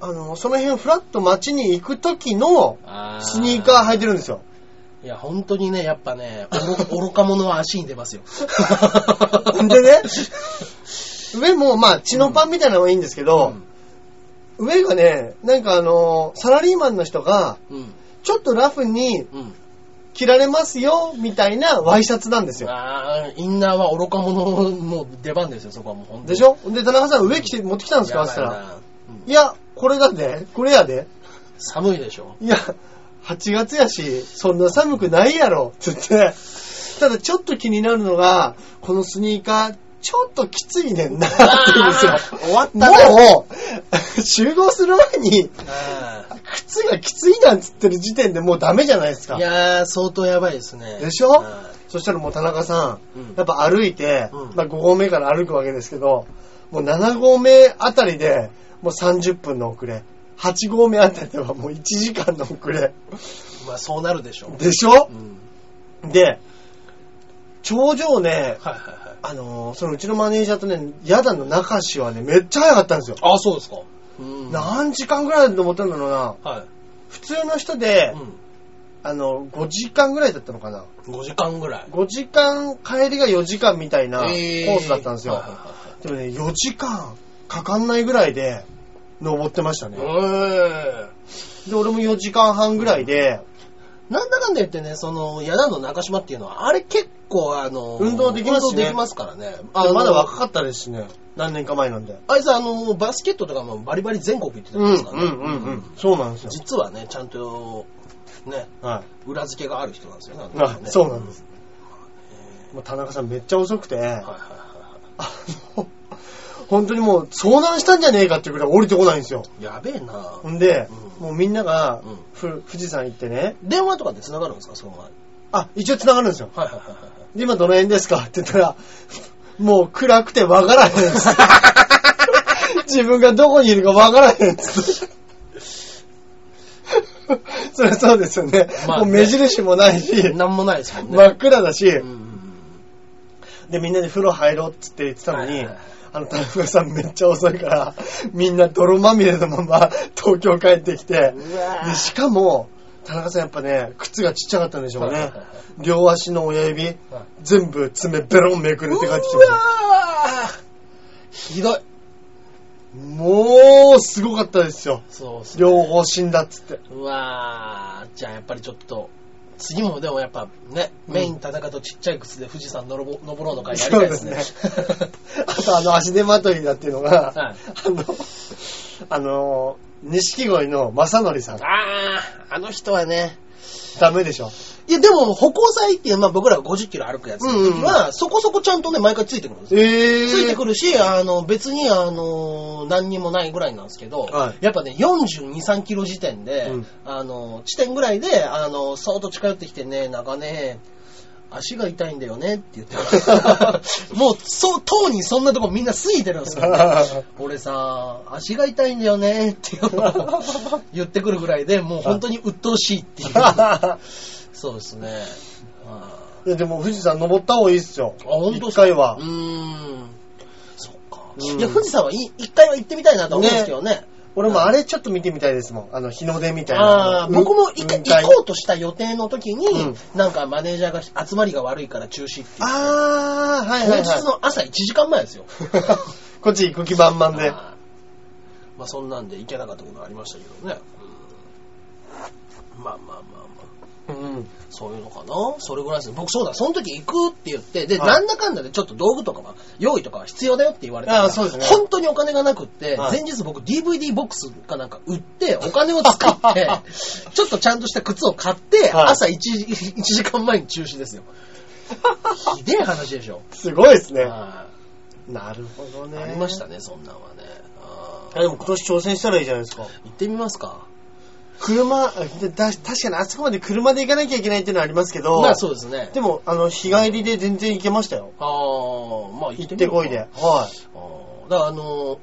[SPEAKER 2] あのーその辺、フラッと街に行く時の、
[SPEAKER 1] あ
[SPEAKER 2] スニーカー履いてるんですよ。
[SPEAKER 1] いや、本当にね、やっぱね、おろ愚か 者は足に出ますよ。
[SPEAKER 2] でね、上も、まあ、血のパンみたいなのがいいんですけ
[SPEAKER 1] う
[SPEAKER 2] ど、
[SPEAKER 1] ん
[SPEAKER 2] 上がね、なんかあのーサラリーマンの人が、
[SPEAKER 1] うん。
[SPEAKER 2] ちょっとラフに
[SPEAKER 1] うん。
[SPEAKER 2] 着られますよ、みたいなワイシャツなんですよ。
[SPEAKER 1] ああ、インナーは愚か者の出番ですよ、そこはもう本当に。
[SPEAKER 2] でしょで、田中さん、上着て、持ってきたんですか
[SPEAKER 1] や
[SPEAKER 2] っ
[SPEAKER 1] ば
[SPEAKER 2] て
[SPEAKER 1] い
[SPEAKER 2] 言
[SPEAKER 1] な
[SPEAKER 2] ったら、
[SPEAKER 1] うん
[SPEAKER 2] いや、これだで、これやで。
[SPEAKER 1] 寒いでしょ。
[SPEAKER 2] いや、8月やし、そんな寒くないやろ、つって。ただ、ちょっと気になるのが、このスニーカー、ちょっときついねんな、って言うんですよ
[SPEAKER 1] あ。ー終わったね
[SPEAKER 2] もう、 集合する前に、
[SPEAKER 1] あー
[SPEAKER 2] 靴がきついなんつってる時点でもうダメじゃないですか
[SPEAKER 1] い。やー、相当やばいですね。
[SPEAKER 2] でしょ
[SPEAKER 1] あ
[SPEAKER 2] そしたらもう田中さん、
[SPEAKER 1] うん
[SPEAKER 2] やっぱ歩いて、
[SPEAKER 1] うん
[SPEAKER 2] まあ5合目から歩くわけですけど、もう7合目あたりでもう30分の遅れ、8合目あたりではもう1時間の遅れ。
[SPEAKER 1] ーまあ、そうなるでしょう。
[SPEAKER 2] でしょ
[SPEAKER 1] うん。
[SPEAKER 2] で、頂上ね、
[SPEAKER 1] はいはいはい。
[SPEAKER 2] あのーそのうちのマネージャーとね、ヤダの中氏はね、めっちゃ早かったんですよ。
[SPEAKER 1] ああ、そうですか。うんは
[SPEAKER 2] 何時間ぐらいだと思ったんだろうな。
[SPEAKER 1] い。
[SPEAKER 2] 普通の人で、
[SPEAKER 1] う
[SPEAKER 2] あの、5時間ぐらいだったのかな。
[SPEAKER 1] ん。5時間ぐらい。
[SPEAKER 2] 5時間、帰りが4時間みたいなコ
[SPEAKER 1] え
[SPEAKER 2] ースだったんですよ。
[SPEAKER 1] はいはいはい
[SPEAKER 2] でもね、4時間かかんないぐらいで登ってましたね。
[SPEAKER 1] え
[SPEAKER 2] で、俺も4時間半ぐらいで、
[SPEAKER 1] えなんだかんだ言ってね、その、矢田の中島っていうのは、あれ結構、あの、
[SPEAKER 2] 運動できますしね
[SPEAKER 1] 運動できますからね。
[SPEAKER 2] あまだ若か
[SPEAKER 1] っ
[SPEAKER 2] ったですしね。何年か前なんで。
[SPEAKER 1] あいつ、あの、バスケットとかもバリバリ全国行ってたんですからね。
[SPEAKER 2] そうなんですよ。
[SPEAKER 1] 実はね、ちゃんと、ね、
[SPEAKER 2] は
[SPEAKER 1] 裏付けがある人なんですよね。
[SPEAKER 2] い。
[SPEAKER 1] の
[SPEAKER 2] あ
[SPEAKER 1] 人ね
[SPEAKER 2] そうなんです。。もう田中さんめっちゃ遅くて、
[SPEAKER 1] はいはい
[SPEAKER 2] あ
[SPEAKER 1] は
[SPEAKER 2] の、本当にもう遭難したんじゃねえかっていうくらい降りてこないんですよ。
[SPEAKER 1] いはい。やべえな
[SPEAKER 2] ほんで、
[SPEAKER 1] うん
[SPEAKER 2] もうみんなが、
[SPEAKER 1] うん
[SPEAKER 2] ふ富士山行ってね、
[SPEAKER 1] 電話とかで繋がるんですか、その前。はい
[SPEAKER 2] あ、一応繋がるんですよ。
[SPEAKER 1] はいはいはい。
[SPEAKER 2] で今どの辺ですかって言ったら、もう暗くてわからへんっ つって。自分がどこにいるかわからへんっつって。そりゃそうですよね。
[SPEAKER 1] まあ
[SPEAKER 2] もう目印もないし、
[SPEAKER 1] なんもないですもんね。
[SPEAKER 2] 真っ暗だし、
[SPEAKER 1] うんうんうん
[SPEAKER 2] で、みんなで風呂入ろうっつって言ってたのに、
[SPEAKER 1] はいはいはい
[SPEAKER 2] あの、田中さんめっちゃ遅いから、みんな泥まみれのまま東京帰ってきて、
[SPEAKER 1] うわー
[SPEAKER 2] でしかも、田中さんやっぱね、靴がちっちゃかったんでしょう
[SPEAKER 1] はいはい
[SPEAKER 2] ね
[SPEAKER 1] はいはい。
[SPEAKER 2] 両足の親指、
[SPEAKER 1] はい
[SPEAKER 2] 全部爪ベロンめくれて帰ってき
[SPEAKER 1] う
[SPEAKER 2] ま
[SPEAKER 1] わ
[SPEAKER 2] した。
[SPEAKER 1] ーひどい。
[SPEAKER 2] もう、すごかったですよ。
[SPEAKER 1] そうっすね。
[SPEAKER 2] 両方死んだっつって。
[SPEAKER 1] うわーじゃあやっぱりちょっと、次もでもやっぱね、メイン田中とちっちゃい靴で富士山登ろう登ろうの会がありたいですね。
[SPEAKER 2] そうですねあとあの足手まといだっていうのが、
[SPEAKER 1] はい
[SPEAKER 2] あの、あの、錦鯉の正則さ
[SPEAKER 1] あ
[SPEAKER 2] ん、
[SPEAKER 1] ー、あの人はね、
[SPEAKER 2] ダメでしょ。
[SPEAKER 1] いや、でも、歩行祭っていう、まあ僕らが50キロ歩くやつの時は、
[SPEAKER 2] うん
[SPEAKER 1] そこそこちゃんとね、毎回ついてくるんですよ。
[SPEAKER 2] え
[SPEAKER 1] ついてくるし、あの、別に、あの、何にもないぐらいなんですけど、
[SPEAKER 2] はい
[SPEAKER 1] やっぱね、42、3キロ時点で、
[SPEAKER 2] うん
[SPEAKER 1] あの、地点ぐらいで、あの、そーっと近寄ってきてね、なんかね、足が痛いんだよねって言ってま した。もう、そう、とうにそんなとこみんな過ぎてるんですよ、 俺さ、足が痛いんだよねっていうのを言ってくるぐらいで、もう本当に鬱陶しいっていう。 そうですね。あ
[SPEAKER 2] いやでも富士山登った方がいいっすよ。
[SPEAKER 1] ー、あ本当
[SPEAKER 2] 一回は
[SPEAKER 1] うーん。そっか。
[SPEAKER 2] うん
[SPEAKER 1] いや、富士山はい一回は行ってみたいなと思うんですけどね。
[SPEAKER 2] 俺もあれちょっと見てみたいですもん。あの、日の出みたいな。
[SPEAKER 1] ああー、僕も一回
[SPEAKER 2] 雲
[SPEAKER 1] 行
[SPEAKER 2] 海
[SPEAKER 1] こうとした予定の時に、
[SPEAKER 2] うん
[SPEAKER 1] なんかマネージャーが集まりが悪いから中止っていう。
[SPEAKER 2] ああ、はいはい、
[SPEAKER 1] 当日
[SPEAKER 2] は
[SPEAKER 1] の朝1時間前ですよ。
[SPEAKER 2] い。 こっち行く気満々で。
[SPEAKER 1] あーまあそんなんで行けなかったことがありましたけどね。うんまあまあまあまあ。
[SPEAKER 2] うん。
[SPEAKER 1] そういうのかなそれぐらいですね。僕そうだ、その時行くって言って、で、
[SPEAKER 2] はい
[SPEAKER 1] なんだかんだでちょっと道具とかは、用意とかは必要だよって言われて、
[SPEAKER 2] あそうですね
[SPEAKER 1] 本当にお金がなくって、
[SPEAKER 2] はい
[SPEAKER 1] 前日僕 DVD ボックスかなんか売 って、お金を使って、ちょっとちゃんとした靴を買って、
[SPEAKER 2] はい
[SPEAKER 1] 朝 1, 1時 間前に中止 ですよ。ひでえ話でしょ。
[SPEAKER 2] すごいですね。
[SPEAKER 1] あ
[SPEAKER 2] なるほどね。
[SPEAKER 1] ありましたね、そんなんはね。あ
[SPEAKER 2] あ。でも今年挑戦したらいいじゃないですか。
[SPEAKER 1] 行ってみますか。
[SPEAKER 2] 車、あでだ確かにあそこまで車で行かなきゃいけないっていうのはありますけど、
[SPEAKER 1] まあそうですね。
[SPEAKER 2] でも、あの、日帰りで全然行けましたよ。
[SPEAKER 1] ああ、まあ行っ
[SPEAKER 2] 行
[SPEAKER 1] て
[SPEAKER 2] っ
[SPEAKER 1] み
[SPEAKER 2] て
[SPEAKER 1] ようか
[SPEAKER 2] こいで。は
[SPEAKER 1] あーだからあのー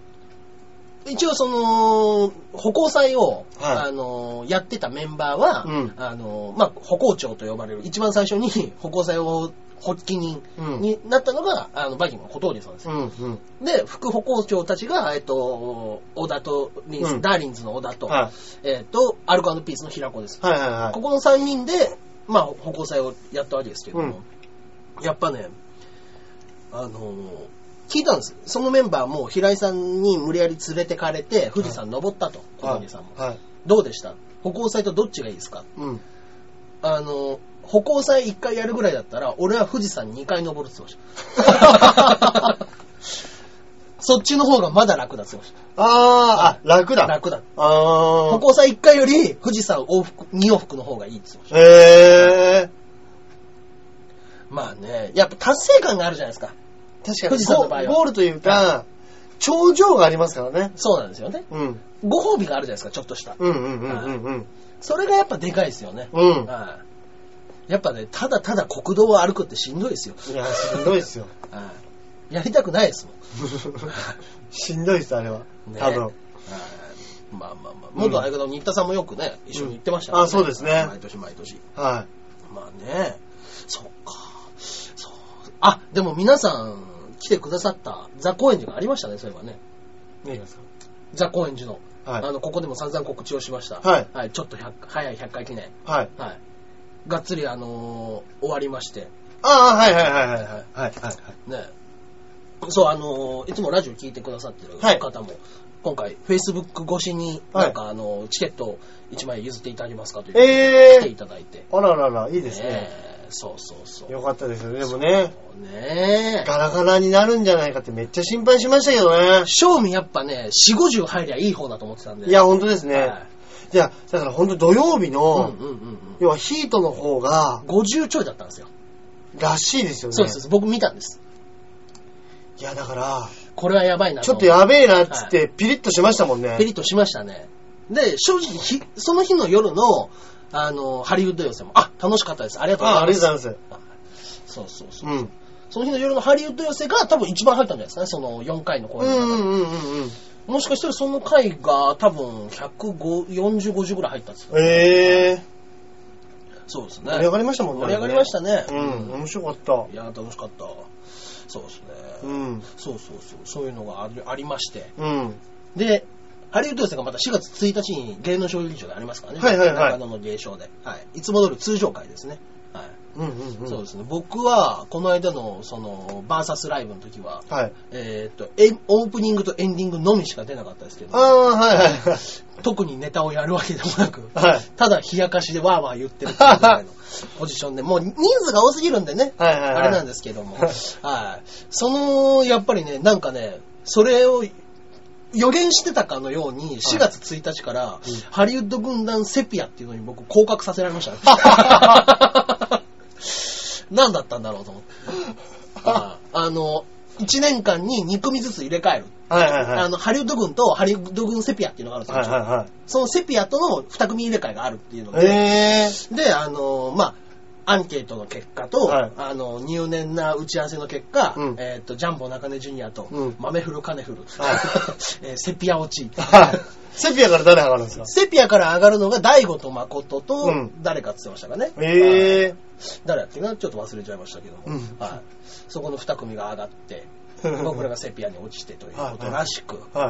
[SPEAKER 1] 一応その、歩行祭を、
[SPEAKER 2] はい
[SPEAKER 1] あのーやってたメンバーは、
[SPEAKER 2] うん
[SPEAKER 1] あのーまあ、歩行長と呼ばれる、一番最初に 歩行祭を発起人
[SPEAKER 2] うん
[SPEAKER 1] になったのが、あの、バギーの小峠さんです
[SPEAKER 2] い。
[SPEAKER 1] よ。
[SPEAKER 2] ん、うん。
[SPEAKER 1] で、副歩行長たちが、えっと、小田とリンス、
[SPEAKER 2] うん
[SPEAKER 1] ダーリンズの小田と、
[SPEAKER 2] はい
[SPEAKER 1] えっと、アルコピースの平子です。
[SPEAKER 2] はいはいはい。
[SPEAKER 1] ここの3人で、まあ、歩行祭をやったわけですけども、やっぱね、あのー聞いたんです。そのメンバーも平井さんに無理やり連れてかれて、富士山登ったと、小
[SPEAKER 2] はい
[SPEAKER 1] 峠さんも。
[SPEAKER 2] はい。
[SPEAKER 1] どうでした歩行祭とどっちがいいですか
[SPEAKER 2] うん。
[SPEAKER 1] あのー歩行祭1回やるぐらいだったら、俺は富士山2回登るって言ってま した。そっちの方がまだ楽だって言ってまし
[SPEAKER 2] あー、あ、楽
[SPEAKER 1] た。
[SPEAKER 2] だ。
[SPEAKER 1] 楽だ。
[SPEAKER 2] あ
[SPEAKER 1] 歩
[SPEAKER 2] ー。
[SPEAKER 1] 行祭1回より富士山往復2往復の方がいいって言ってました。
[SPEAKER 2] へー。
[SPEAKER 1] まあね、やっぱ達成感があるじゃないですか。
[SPEAKER 2] 確か
[SPEAKER 1] 富
[SPEAKER 2] に
[SPEAKER 1] 士山の場合は
[SPEAKER 2] ゴゴールというか、頂上がありますからね。
[SPEAKER 1] そうなんですよね。
[SPEAKER 2] うん。
[SPEAKER 1] ご褒美があるじゃないですか、ちょっとした。
[SPEAKER 2] うんうんうんうんうん。
[SPEAKER 1] それがやっぱでかいですよね。
[SPEAKER 2] うん。
[SPEAKER 1] はいやっぱね、ただただ国道を歩くってしんどいですよ。
[SPEAKER 2] いや、しんどいっすよ。
[SPEAKER 1] はいやりたくないですもん。
[SPEAKER 2] しんどいっす、あれは。
[SPEAKER 1] ね
[SPEAKER 2] 多分。
[SPEAKER 1] はいまあまあまあ、
[SPEAKER 2] うん
[SPEAKER 1] 元相方の新田さんもよくね、一緒に行ってましたから
[SPEAKER 2] あそうですね
[SPEAKER 1] 毎年毎年。
[SPEAKER 2] は
[SPEAKER 1] まあね、そっか。そう。あ、でも皆さん来てくださった、ザ・高円寺がありましたね、そういえばね。
[SPEAKER 2] い。いいです
[SPEAKER 1] ザ・高円寺の。
[SPEAKER 2] かは
[SPEAKER 1] あの、ここでも散々告知をしました。
[SPEAKER 2] はい
[SPEAKER 1] ちょっと100早い100回記念。
[SPEAKER 2] い。はい。
[SPEAKER 1] はい。がっつり、あのー終わりまして。
[SPEAKER 2] ああ、はいはいはいはいはい。はいはい
[SPEAKER 1] ね。そう、あのーいつもラジオ聞いてくださってる
[SPEAKER 2] はい
[SPEAKER 1] 方も、今回、Facebook 越しに、
[SPEAKER 2] はい
[SPEAKER 1] なんか、あのーチケットを1枚譲っていただけますかという、
[SPEAKER 2] え
[SPEAKER 1] 来てい
[SPEAKER 2] ー。
[SPEAKER 1] ただいて。
[SPEAKER 2] あららら、いいですね。
[SPEAKER 1] えそうそうそう。
[SPEAKER 2] よかったですよね。でもね、
[SPEAKER 1] ねえ。
[SPEAKER 2] ガラガラになるんじゃないかってめっちゃ心配しましたけどね。
[SPEAKER 1] 正味やっぱね、4、50入りゃいい方だと思ってたんで。
[SPEAKER 2] いや、ほんとです
[SPEAKER 1] は
[SPEAKER 2] ね。いや、だからほんと土曜日
[SPEAKER 1] い、うん
[SPEAKER 2] の、
[SPEAKER 1] うんうんうん。
[SPEAKER 2] 要はヒートの方が、
[SPEAKER 1] 50ちょいだったんですよ。
[SPEAKER 2] らしいですよね。
[SPEAKER 1] そうですそうです。僕見たんです。
[SPEAKER 2] いや、だから、
[SPEAKER 1] これはやばいな
[SPEAKER 2] ち
[SPEAKER 1] と
[SPEAKER 2] ょっとやべえなっつって、ピリッとしましたもんね
[SPEAKER 1] ペ。リッとしましたね。で、正直ひ、その日の夜の、あの、ハリウッド予選も、あ、楽しかったです。ありがとうござい
[SPEAKER 2] あ、
[SPEAKER 1] ます。
[SPEAKER 2] ありがとうござい
[SPEAKER 1] そうそうそう。
[SPEAKER 2] ます。
[SPEAKER 1] その日の夜のハリウッド予選が多分一番入ったんじゃないですかね、その4回の公
[SPEAKER 2] う
[SPEAKER 1] 演
[SPEAKER 2] ん。う
[SPEAKER 1] の中で
[SPEAKER 2] んうんうんうんうん。
[SPEAKER 1] もしかしたらその回が多分140、50ぐらい入ったんですよ。
[SPEAKER 2] ええ
[SPEAKER 1] そうですね。
[SPEAKER 2] 盛り上がりましたもんね。
[SPEAKER 1] 盛り上がりましたね。
[SPEAKER 2] うん、面白かった
[SPEAKER 1] い。や、楽しかった。そうですね。
[SPEAKER 2] うん。
[SPEAKER 1] そうそうそう。そういうのがありありまして。
[SPEAKER 2] うん。
[SPEAKER 1] で、ハリウッドですがまた4月1日に芸能小劇場でありますからね。
[SPEAKER 2] はいはいはい
[SPEAKER 1] 中野の芸商で。はい。いつも通り通常会ですね。はい。
[SPEAKER 2] うんうんうん。
[SPEAKER 1] そうですね。僕は、この間の、その、バーサスライブの時は、
[SPEAKER 2] はい。
[SPEAKER 1] えーっと、えオープニングとエンディングのみしか出なかったですけ
[SPEAKER 2] あ
[SPEAKER 1] ど、
[SPEAKER 2] あ、はいはい。
[SPEAKER 1] 特にネタをやるわけでもなく、
[SPEAKER 2] はい。
[SPEAKER 1] ただ冷やかしでワーワー言ってるっていうぐらいのポジションで、もう人数が多すぎるんでね、
[SPEAKER 2] はいはいはい。
[SPEAKER 1] あれなん
[SPEAKER 2] で
[SPEAKER 1] ですけども、
[SPEAKER 2] は
[SPEAKER 1] はいい。その、やっぱりね、なんかね、それを予言してたかのように、4月1日から、ハリウッド軍団セピアっていうのに僕、降格させられましたね。 何だったんだろうと思って。ああの、1年間に2組ずつ入れ替える。
[SPEAKER 2] はいはいは
[SPEAKER 1] あ
[SPEAKER 2] い。
[SPEAKER 1] の、ハリウッド軍とハリウッド軍セピアっていうのがあるんですよ
[SPEAKER 2] はい。はいはい。
[SPEAKER 1] そのセピアとの2組入れ替えがあるっていうので、
[SPEAKER 2] えー。
[SPEAKER 1] で、あの、まあ、アンケートの結果と、
[SPEAKER 2] はい
[SPEAKER 1] あの、入念な打ち合わせの結果、
[SPEAKER 2] うん
[SPEAKER 1] えっ、と、ジャンボ中根ジュニアと、
[SPEAKER 2] うん
[SPEAKER 1] 豆フルカネフル、
[SPEAKER 2] はい
[SPEAKER 1] えーセピア落ち。
[SPEAKER 2] はい。セピアから誰上がるんですか
[SPEAKER 1] セピアから上がるのが大悟と誠と、
[SPEAKER 2] うん
[SPEAKER 1] 誰かって言ってましたかね。はい
[SPEAKER 2] え
[SPEAKER 1] 誰だっけなちょっと忘れちゃいましたけども、
[SPEAKER 2] うん
[SPEAKER 1] はい、そこの2組が上がって、
[SPEAKER 2] ー。
[SPEAKER 1] 僕らがセピアに落ちてということらしく、
[SPEAKER 2] はい。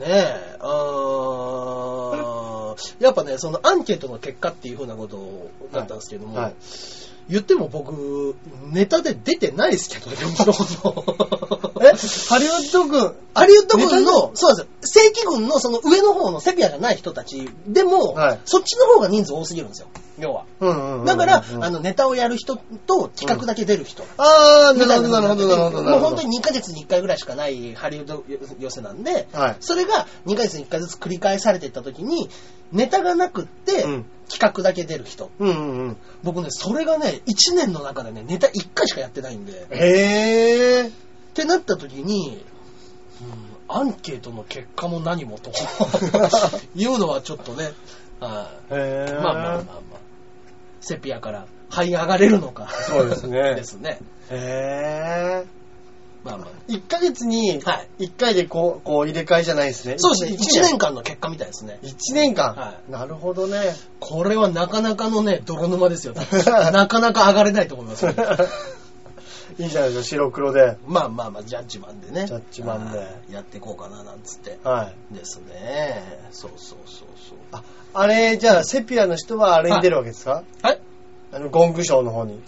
[SPEAKER 1] ねえ、うーんやっぱね、そのアンケートの結果っていうふうなことだったんですけども、
[SPEAKER 2] はい。
[SPEAKER 1] 言っても僕、ネタで出てないですけどね、ほとんど
[SPEAKER 2] え、ハリウッド軍。
[SPEAKER 1] ハリウッド軍
[SPEAKER 2] ネタ
[SPEAKER 1] の、そうなんですよ正規軍のその上の方のセピアじゃない人たちでも、
[SPEAKER 2] はい
[SPEAKER 1] そっちの方が人数多すぎるんですよ、要は。
[SPEAKER 2] うんうんうんうん
[SPEAKER 1] だから、あ、の、ネタをやる人と企画だけ出る人。
[SPEAKER 2] あ
[SPEAKER 1] み
[SPEAKER 2] ー、な
[SPEAKER 1] たい
[SPEAKER 2] るほどなるほどなるほどなるほど。
[SPEAKER 1] もう本当に2ヶ月に1回ぐらいしかないハリウッド寄せなんで、
[SPEAKER 2] はい
[SPEAKER 1] それが2ヶ月に1回ずつ繰り返されていった時に、ネタがなくって、
[SPEAKER 2] うん
[SPEAKER 1] 企画だけ出る人。
[SPEAKER 2] うんうんうん。
[SPEAKER 1] 僕ね、それがね、1年の中でね、ネタ1回しかやってないんで、っ
[SPEAKER 2] へえ。
[SPEAKER 1] てなった時に、うんアンケートの結果も何 もというのはちょっとね、はい
[SPEAKER 2] へえ。
[SPEAKER 1] まあまあまあまあ、セピアから這い上がれるのか。
[SPEAKER 2] そうですね
[SPEAKER 1] ですね。
[SPEAKER 2] へえ。
[SPEAKER 1] まあまあ。
[SPEAKER 2] 1ヶ月に
[SPEAKER 1] はい
[SPEAKER 2] 1回でこう、こう入れ替えじゃないですね。
[SPEAKER 1] そうですね、1年
[SPEAKER 2] 間。
[SPEAKER 1] 間の結果みたいですね。
[SPEAKER 2] 1年間。
[SPEAKER 1] は
[SPEAKER 2] なるほどね。
[SPEAKER 1] これはなかなかのね、泥沼ですよ。なかなか上がれないと思いますよ。
[SPEAKER 2] いいじゃないですか、白黒で。
[SPEAKER 1] まあまあまあ、ジャッジマンでね。
[SPEAKER 2] ジャッジマンで
[SPEAKER 1] あーやっていこうかな、なんつって。
[SPEAKER 2] はい。
[SPEAKER 1] ですね。そうそうそうそう。
[SPEAKER 2] あ、あれ、じゃあ、セピアの人はあれに出るわけですか
[SPEAKER 1] はい。
[SPEAKER 2] あの、ゴングショーの方に。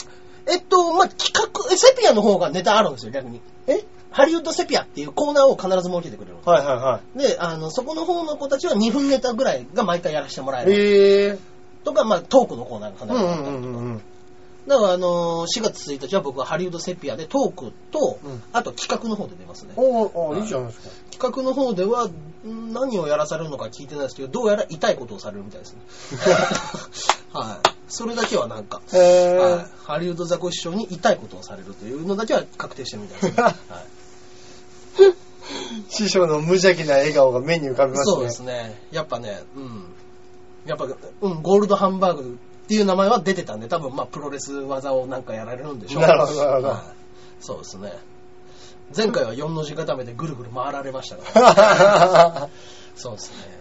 [SPEAKER 1] えっと、まあ、企画、えセピアの方がネタあるんですよ、逆に。
[SPEAKER 2] え
[SPEAKER 1] ハリウッドセピアっていうコーナーを必ず設けてくれる。
[SPEAKER 2] はいは
[SPEAKER 1] で、あの、そこの方の子たちは2分ネタぐらいが毎回やらせてもらえ
[SPEAKER 2] いはい。
[SPEAKER 1] る。
[SPEAKER 2] へえ。
[SPEAKER 1] とか、まあ、トークのコーナーが必
[SPEAKER 2] う
[SPEAKER 1] ず
[SPEAKER 2] ん
[SPEAKER 1] あ
[SPEAKER 2] う
[SPEAKER 1] る。
[SPEAKER 2] んうんうんうん。
[SPEAKER 1] だから、あのー4月1日は僕はハリウッドセピアでトークと、
[SPEAKER 2] うん
[SPEAKER 1] あと企画の方で出ますね。
[SPEAKER 2] おーおーいいじゃないですか。
[SPEAKER 1] 企画の方ではん何をやらされるのか聞いてないですけど、どうやら痛いことをされるみたいです ね。はい。それだけはなんか、
[SPEAKER 2] へえ。
[SPEAKER 1] はい、ハリウッドザコシショウに痛いことをされるというのだけは確定してるみたいです ね。はい、
[SPEAKER 2] 師匠の無邪気な笑顔が目に浮かびますね。
[SPEAKER 1] そう ですね。やっぱね、うん。やっぱ、うん、ゴールドハンバーグっていう名前は出てたんで、多分まあプロレス技をなんかやられるんでしょう
[SPEAKER 2] なるほどなるほど
[SPEAKER 1] はいそうですね。前回は4の字固めでぐるぐる回られましたから。 そうですね。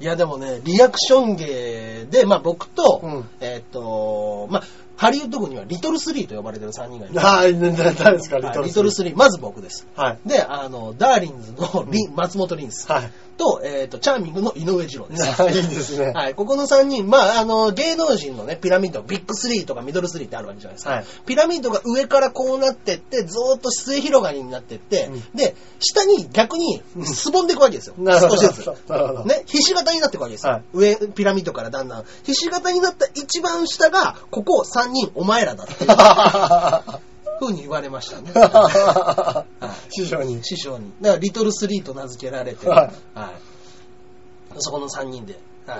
[SPEAKER 1] いや、でもね、リアクション芸で、まあ僕と、
[SPEAKER 2] うん
[SPEAKER 1] えーっ、と、まあ、ハリウッド軍にはリトルスリーと呼ばれてる3人がいる。
[SPEAKER 2] あー、なな誰ですか、リ
[SPEAKER 1] はい
[SPEAKER 2] トル
[SPEAKER 1] リトル
[SPEAKER 2] ス
[SPEAKER 1] スリー、まず僕です。
[SPEAKER 2] はい。
[SPEAKER 1] で、あの、ダーリンズのリン、松本リンス
[SPEAKER 2] はい。
[SPEAKER 1] と、えーっ、と、チャーミングの井上二郎です。
[SPEAKER 2] あーいいです ね。
[SPEAKER 1] はい、ここの3人、まあ、あの、芸能人のね、ピラミッド、ビッグスリーとかミドルスリーってあるわけじゃないですか。
[SPEAKER 2] はい
[SPEAKER 1] ピラミッドが上からこうなってって、ずーっと末広がりになってって、
[SPEAKER 2] うん
[SPEAKER 1] で、下に逆にすぼんでいくわけですよ。
[SPEAKER 2] なるほ
[SPEAKER 1] 少
[SPEAKER 2] ど
[SPEAKER 1] しずつ。
[SPEAKER 2] なるほど
[SPEAKER 1] ね、ひし形になっていくわけですよ。
[SPEAKER 2] はい
[SPEAKER 1] 上、ピラミッドからだんだん。ひし形になった一番下が、ここ3人お前らだって いう風に言われましたね。
[SPEAKER 2] 師匠に。
[SPEAKER 1] 師匠に。だから、リトルスリーと名付けられて、
[SPEAKER 2] は
[SPEAKER 1] はい。そこの3人で、はい。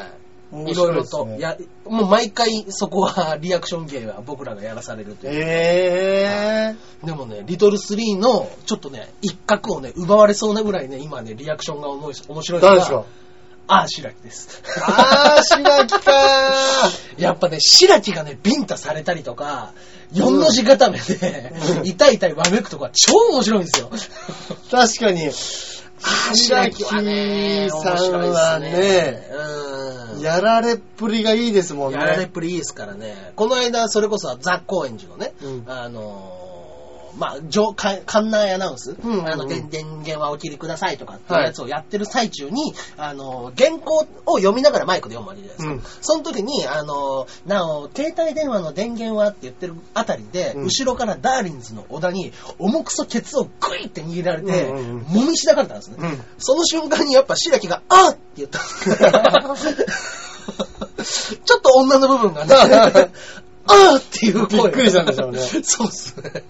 [SPEAKER 2] 面
[SPEAKER 1] いろい
[SPEAKER 2] 白
[SPEAKER 1] ろ
[SPEAKER 2] ですね
[SPEAKER 1] と、や、もう毎回そこはリアクション芸は僕らがやらされるという。
[SPEAKER 2] え
[SPEAKER 1] でもね、リトル3のちょっとね、一角をね、奪われそうなぐらいね、今ね、リアクションが面白
[SPEAKER 2] ー。
[SPEAKER 1] いのが、
[SPEAKER 2] 誰ですか
[SPEAKER 1] あー、白木です。
[SPEAKER 2] あー、白木か
[SPEAKER 1] やっぱね、白木がね、ビンタされたりとか、四の字固めで、
[SPEAKER 2] うん
[SPEAKER 1] 痛い痛いわめくとか超面白いんですよ。
[SPEAKER 2] ー。確かに。
[SPEAKER 1] 白木はね、
[SPEAKER 2] 白木さんはね
[SPEAKER 1] 面白いですねうん。
[SPEAKER 2] やられっぷりがいいですもんね。
[SPEAKER 1] やられっぷりいいですからね。この間、それこそザ・高円寺のね、
[SPEAKER 2] うん
[SPEAKER 1] あのーまあ、上、か館内アナウンス、
[SPEAKER 2] うんうんうん
[SPEAKER 1] あの、で電源はお切りくださいとかっていうやつをやってる最中に、あのー、原稿を読みながらマイクで読むわけじゃないですか。
[SPEAKER 2] うん
[SPEAKER 1] その時に、あのーなお、携帯電話の電源はって言ってるあたりで、
[SPEAKER 2] うん
[SPEAKER 1] 後ろからダーリンズの小田に、重くそケツをグイって握られて、
[SPEAKER 2] うんうんうん
[SPEAKER 1] 揉みしだかれたんですね。
[SPEAKER 2] うん
[SPEAKER 1] その瞬間にやっぱ白木が、あーって言っ た。ちょっと女の部分 がね、あーっていう声が。
[SPEAKER 2] びっくりしたんでしょうね
[SPEAKER 1] そうですね。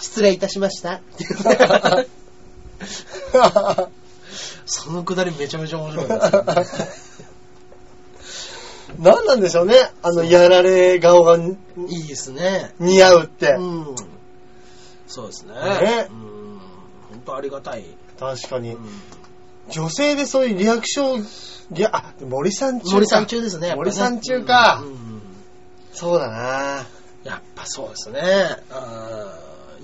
[SPEAKER 1] 失礼いたしま した。そのくだりめちゃめちゃ面白いです、
[SPEAKER 2] 何なんでしょうね。あの、やられ顔がに
[SPEAKER 1] ね。いいですね。
[SPEAKER 2] 似合うって。
[SPEAKER 1] うん。そうですね。
[SPEAKER 2] ね
[SPEAKER 1] うん。本当ありがたい。
[SPEAKER 2] 確か
[SPEAKER 1] う
[SPEAKER 2] に。
[SPEAKER 1] ん
[SPEAKER 2] 女性でそういうリアクション、リアあ、森さん中か
[SPEAKER 1] 森さん中ですね。やっぱね
[SPEAKER 2] 森さん中か
[SPEAKER 1] うん。うん
[SPEAKER 2] そうだな
[SPEAKER 1] やっぱそうですね。う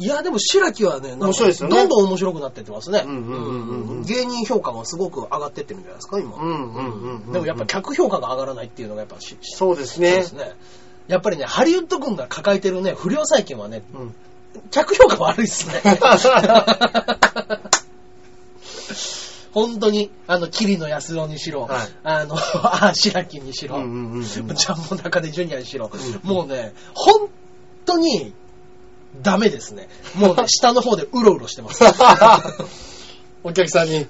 [SPEAKER 1] んいや、でも白木はね、なんか
[SPEAKER 2] 面白いですよね
[SPEAKER 1] どんどん面白くなってってますね。
[SPEAKER 2] うんうんうんうんうん
[SPEAKER 1] 芸人評価もすごく上がってってるんじゃないですか、今。
[SPEAKER 2] うんうんうんうん
[SPEAKER 1] でもやっぱ客評価が上がらないっていうのがやっぱし、し
[SPEAKER 2] そうです
[SPEAKER 1] そう
[SPEAKER 2] ね
[SPEAKER 1] で。すね。やっぱりね、ハリウッド軍が抱えてるね、不良債権はね、
[SPEAKER 2] うん
[SPEAKER 1] 客評価悪いっすね。本当に、あの、桐野安郎にしろ、
[SPEAKER 2] はい
[SPEAKER 1] あの、 あ白木にしろ、
[SPEAKER 2] うんうんうんうん
[SPEAKER 1] ジャンボ中根ジュニアにしろ、もうね、本当に、ダメですね。もう ね、下の方でうろうろしてます。は
[SPEAKER 2] お客さんに。
[SPEAKER 1] い。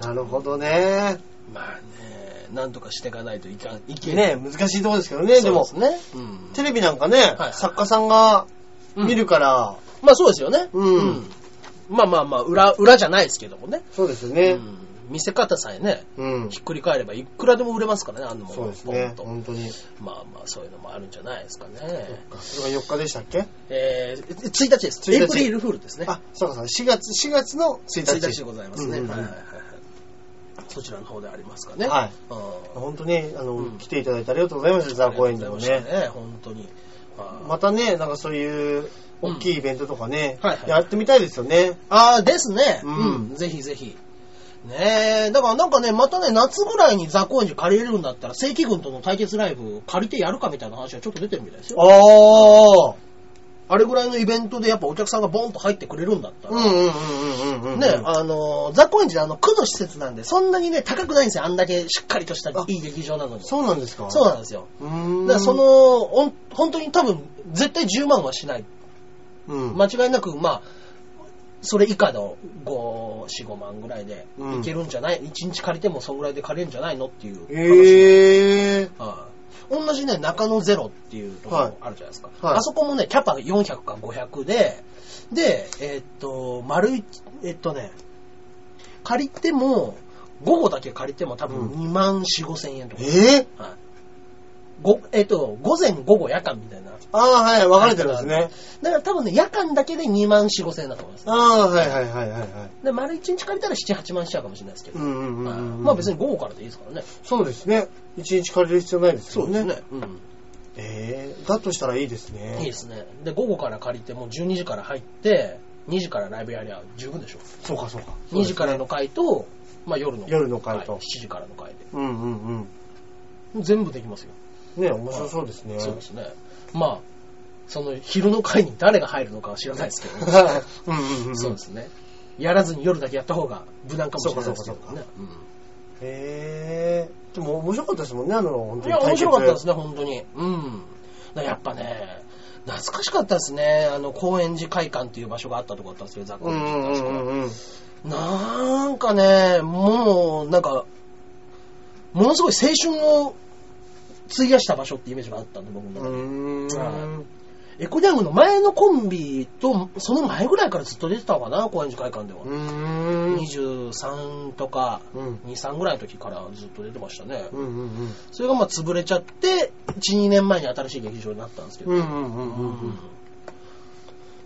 [SPEAKER 2] なるほどね。
[SPEAKER 1] まあね、なんとかしていかないといかん、いけない。
[SPEAKER 2] ね難しいとこですけどね。でも、
[SPEAKER 1] そうですね。うん
[SPEAKER 2] テレビなんかね、
[SPEAKER 1] はい
[SPEAKER 2] 作家さんが見るから、
[SPEAKER 1] まあそうですよね。
[SPEAKER 2] うん
[SPEAKER 1] まあまあまあ、裏、裏じゃないですけどもね。
[SPEAKER 2] そうですよ
[SPEAKER 1] う
[SPEAKER 2] ね。
[SPEAKER 1] ん見せ方さえね、
[SPEAKER 2] うん。
[SPEAKER 1] ひっくり返ればいくらでも売れますからね、あんなもん
[SPEAKER 2] そうです
[SPEAKER 1] ポ
[SPEAKER 2] ね
[SPEAKER 1] ン。と
[SPEAKER 2] 本当に。
[SPEAKER 1] まあまあ、そういうのもあるんじゃないですかね。
[SPEAKER 2] それが4日でしたっけ
[SPEAKER 1] えー、1日です。
[SPEAKER 2] 1日
[SPEAKER 1] エイプリルフールですね。
[SPEAKER 2] あ、そうかそうか。4月、4月の1日。
[SPEAKER 1] 1日でございますね。
[SPEAKER 2] うんうんう
[SPEAKER 1] は
[SPEAKER 2] ん
[SPEAKER 1] いはいはいそちらの方でありますかね。
[SPEAKER 2] はい
[SPEAKER 1] うん。
[SPEAKER 2] 本当に、あの、
[SPEAKER 1] うん
[SPEAKER 2] 来ていただいてありがとうございました、ザ・公演でも
[SPEAKER 1] ありがとうござい
[SPEAKER 2] ね
[SPEAKER 1] ま。した本当に。あー
[SPEAKER 2] またね、なんかそういう、大きいイベントとかね、
[SPEAKER 1] うんはいはい
[SPEAKER 2] やってみたいですよね。
[SPEAKER 1] ああ、ですね。
[SPEAKER 2] う
[SPEAKER 1] うんん、ぜひぜひ。ねえ、だからなんかね、またね、夏ぐらいにザ・コエンジ借りれるんだったら、正規軍との対決ライブ借りてやるかみたいな話はちょっと出てるみたいですよ。
[SPEAKER 2] ああ
[SPEAKER 1] あれぐらいのイベントでやっぱお客さんがボンと入ってくれるんだった
[SPEAKER 2] う
[SPEAKER 1] ら。
[SPEAKER 2] んうんうんうんうんうん。
[SPEAKER 1] ね、あの、ザ・コエンジであの、区の施設なんで、そんなにね、高くないんですよ。あんだけしっかりとしたい
[SPEAKER 2] あ
[SPEAKER 1] い劇場なのに。
[SPEAKER 2] そうなんですか
[SPEAKER 1] そう
[SPEAKER 2] う
[SPEAKER 1] なんですよ。
[SPEAKER 2] ーん。
[SPEAKER 1] だからそ、の、ほん本当に多分、絶対10万はしない。
[SPEAKER 2] うん。
[SPEAKER 1] 間違いなく、まあ、それ以下の5、4、5万ぐらいでいけるんじゃない、一 ?1 日借りてもそんぐらいで借りるんじゃないのっていう話。
[SPEAKER 2] ええー。
[SPEAKER 1] はい同じね、中野ゼロっていうところあるじゃないですか。
[SPEAKER 2] はいはい
[SPEAKER 1] あそこもね、キャパ400か500で、で、えーっと、丸い、えっとね、借りても、午後だけ借りても多分2万4、5千円とか。
[SPEAKER 2] ええー、
[SPEAKER 1] はいごえっと、午前、午後、夜間みたいな。
[SPEAKER 2] ああ、はい、分かれてるんですね。
[SPEAKER 1] だから多分ね、夜間だけで2万4、5千円だと思います。
[SPEAKER 2] ああ、はいはいはいはいはい。
[SPEAKER 1] で、丸1日借りたら7、8万しちゃうかもしれないですけど。
[SPEAKER 2] うんうんうん
[SPEAKER 1] はい
[SPEAKER 2] うん。
[SPEAKER 1] まあ別に午後からでいいですからね。
[SPEAKER 2] そうですね。一日借りる必要ないですよね。。
[SPEAKER 1] うん。
[SPEAKER 2] ええだとしたらいいですね。
[SPEAKER 1] いいですね。で、午後から借りてもう12時から入って、2時からライブやりゃ十分でしょ。
[SPEAKER 2] そうかそうか。
[SPEAKER 1] 2時からの回と、まあ夜の
[SPEAKER 2] 夜の回と
[SPEAKER 1] はい7時からの回で。
[SPEAKER 2] うんうんうん。
[SPEAKER 1] 全部できますよ。
[SPEAKER 2] ね面白そうですね。
[SPEAKER 1] そうですね。まあ、その昼の回に誰が入るのかは知らないですけど。
[SPEAKER 2] うんうんうんうん。
[SPEAKER 1] そうですね。やらずに夜だけやった方が無難かもしれないですけど
[SPEAKER 2] そうかそうか
[SPEAKER 1] ね。うん
[SPEAKER 2] へえ。でも面白かったですもんね、あの、本当
[SPEAKER 1] いや、
[SPEAKER 2] に。
[SPEAKER 1] 面白かったです
[SPEAKER 2] ね。
[SPEAKER 1] ね、本当に。うん。だからやっぱね、懐かしかったですね。あの、高円寺会館っていう場所があったとこだったんですよ、雑
[SPEAKER 2] う
[SPEAKER 1] 魚
[SPEAKER 2] ん
[SPEAKER 1] に
[SPEAKER 2] うんうんうん。
[SPEAKER 1] なんかね、もう、なんか、ものすごい青春を費やした場所ってイメージがあったんで、僕の中で
[SPEAKER 2] うー
[SPEAKER 1] は
[SPEAKER 2] ん。
[SPEAKER 1] エコダムの前のコンビと、その前ぐらいからずっと出てたのかな、高円寺会館では。
[SPEAKER 2] うーん。
[SPEAKER 1] 23とか、
[SPEAKER 2] うん
[SPEAKER 1] 2、3ぐらいの時からずっと出てましたね。
[SPEAKER 2] うんうんうん。
[SPEAKER 1] それがまあ潰れちゃって、1、2年前に新しい劇場になったんですけど。
[SPEAKER 2] うんうんうん
[SPEAKER 1] う
[SPEAKER 2] うんうんん。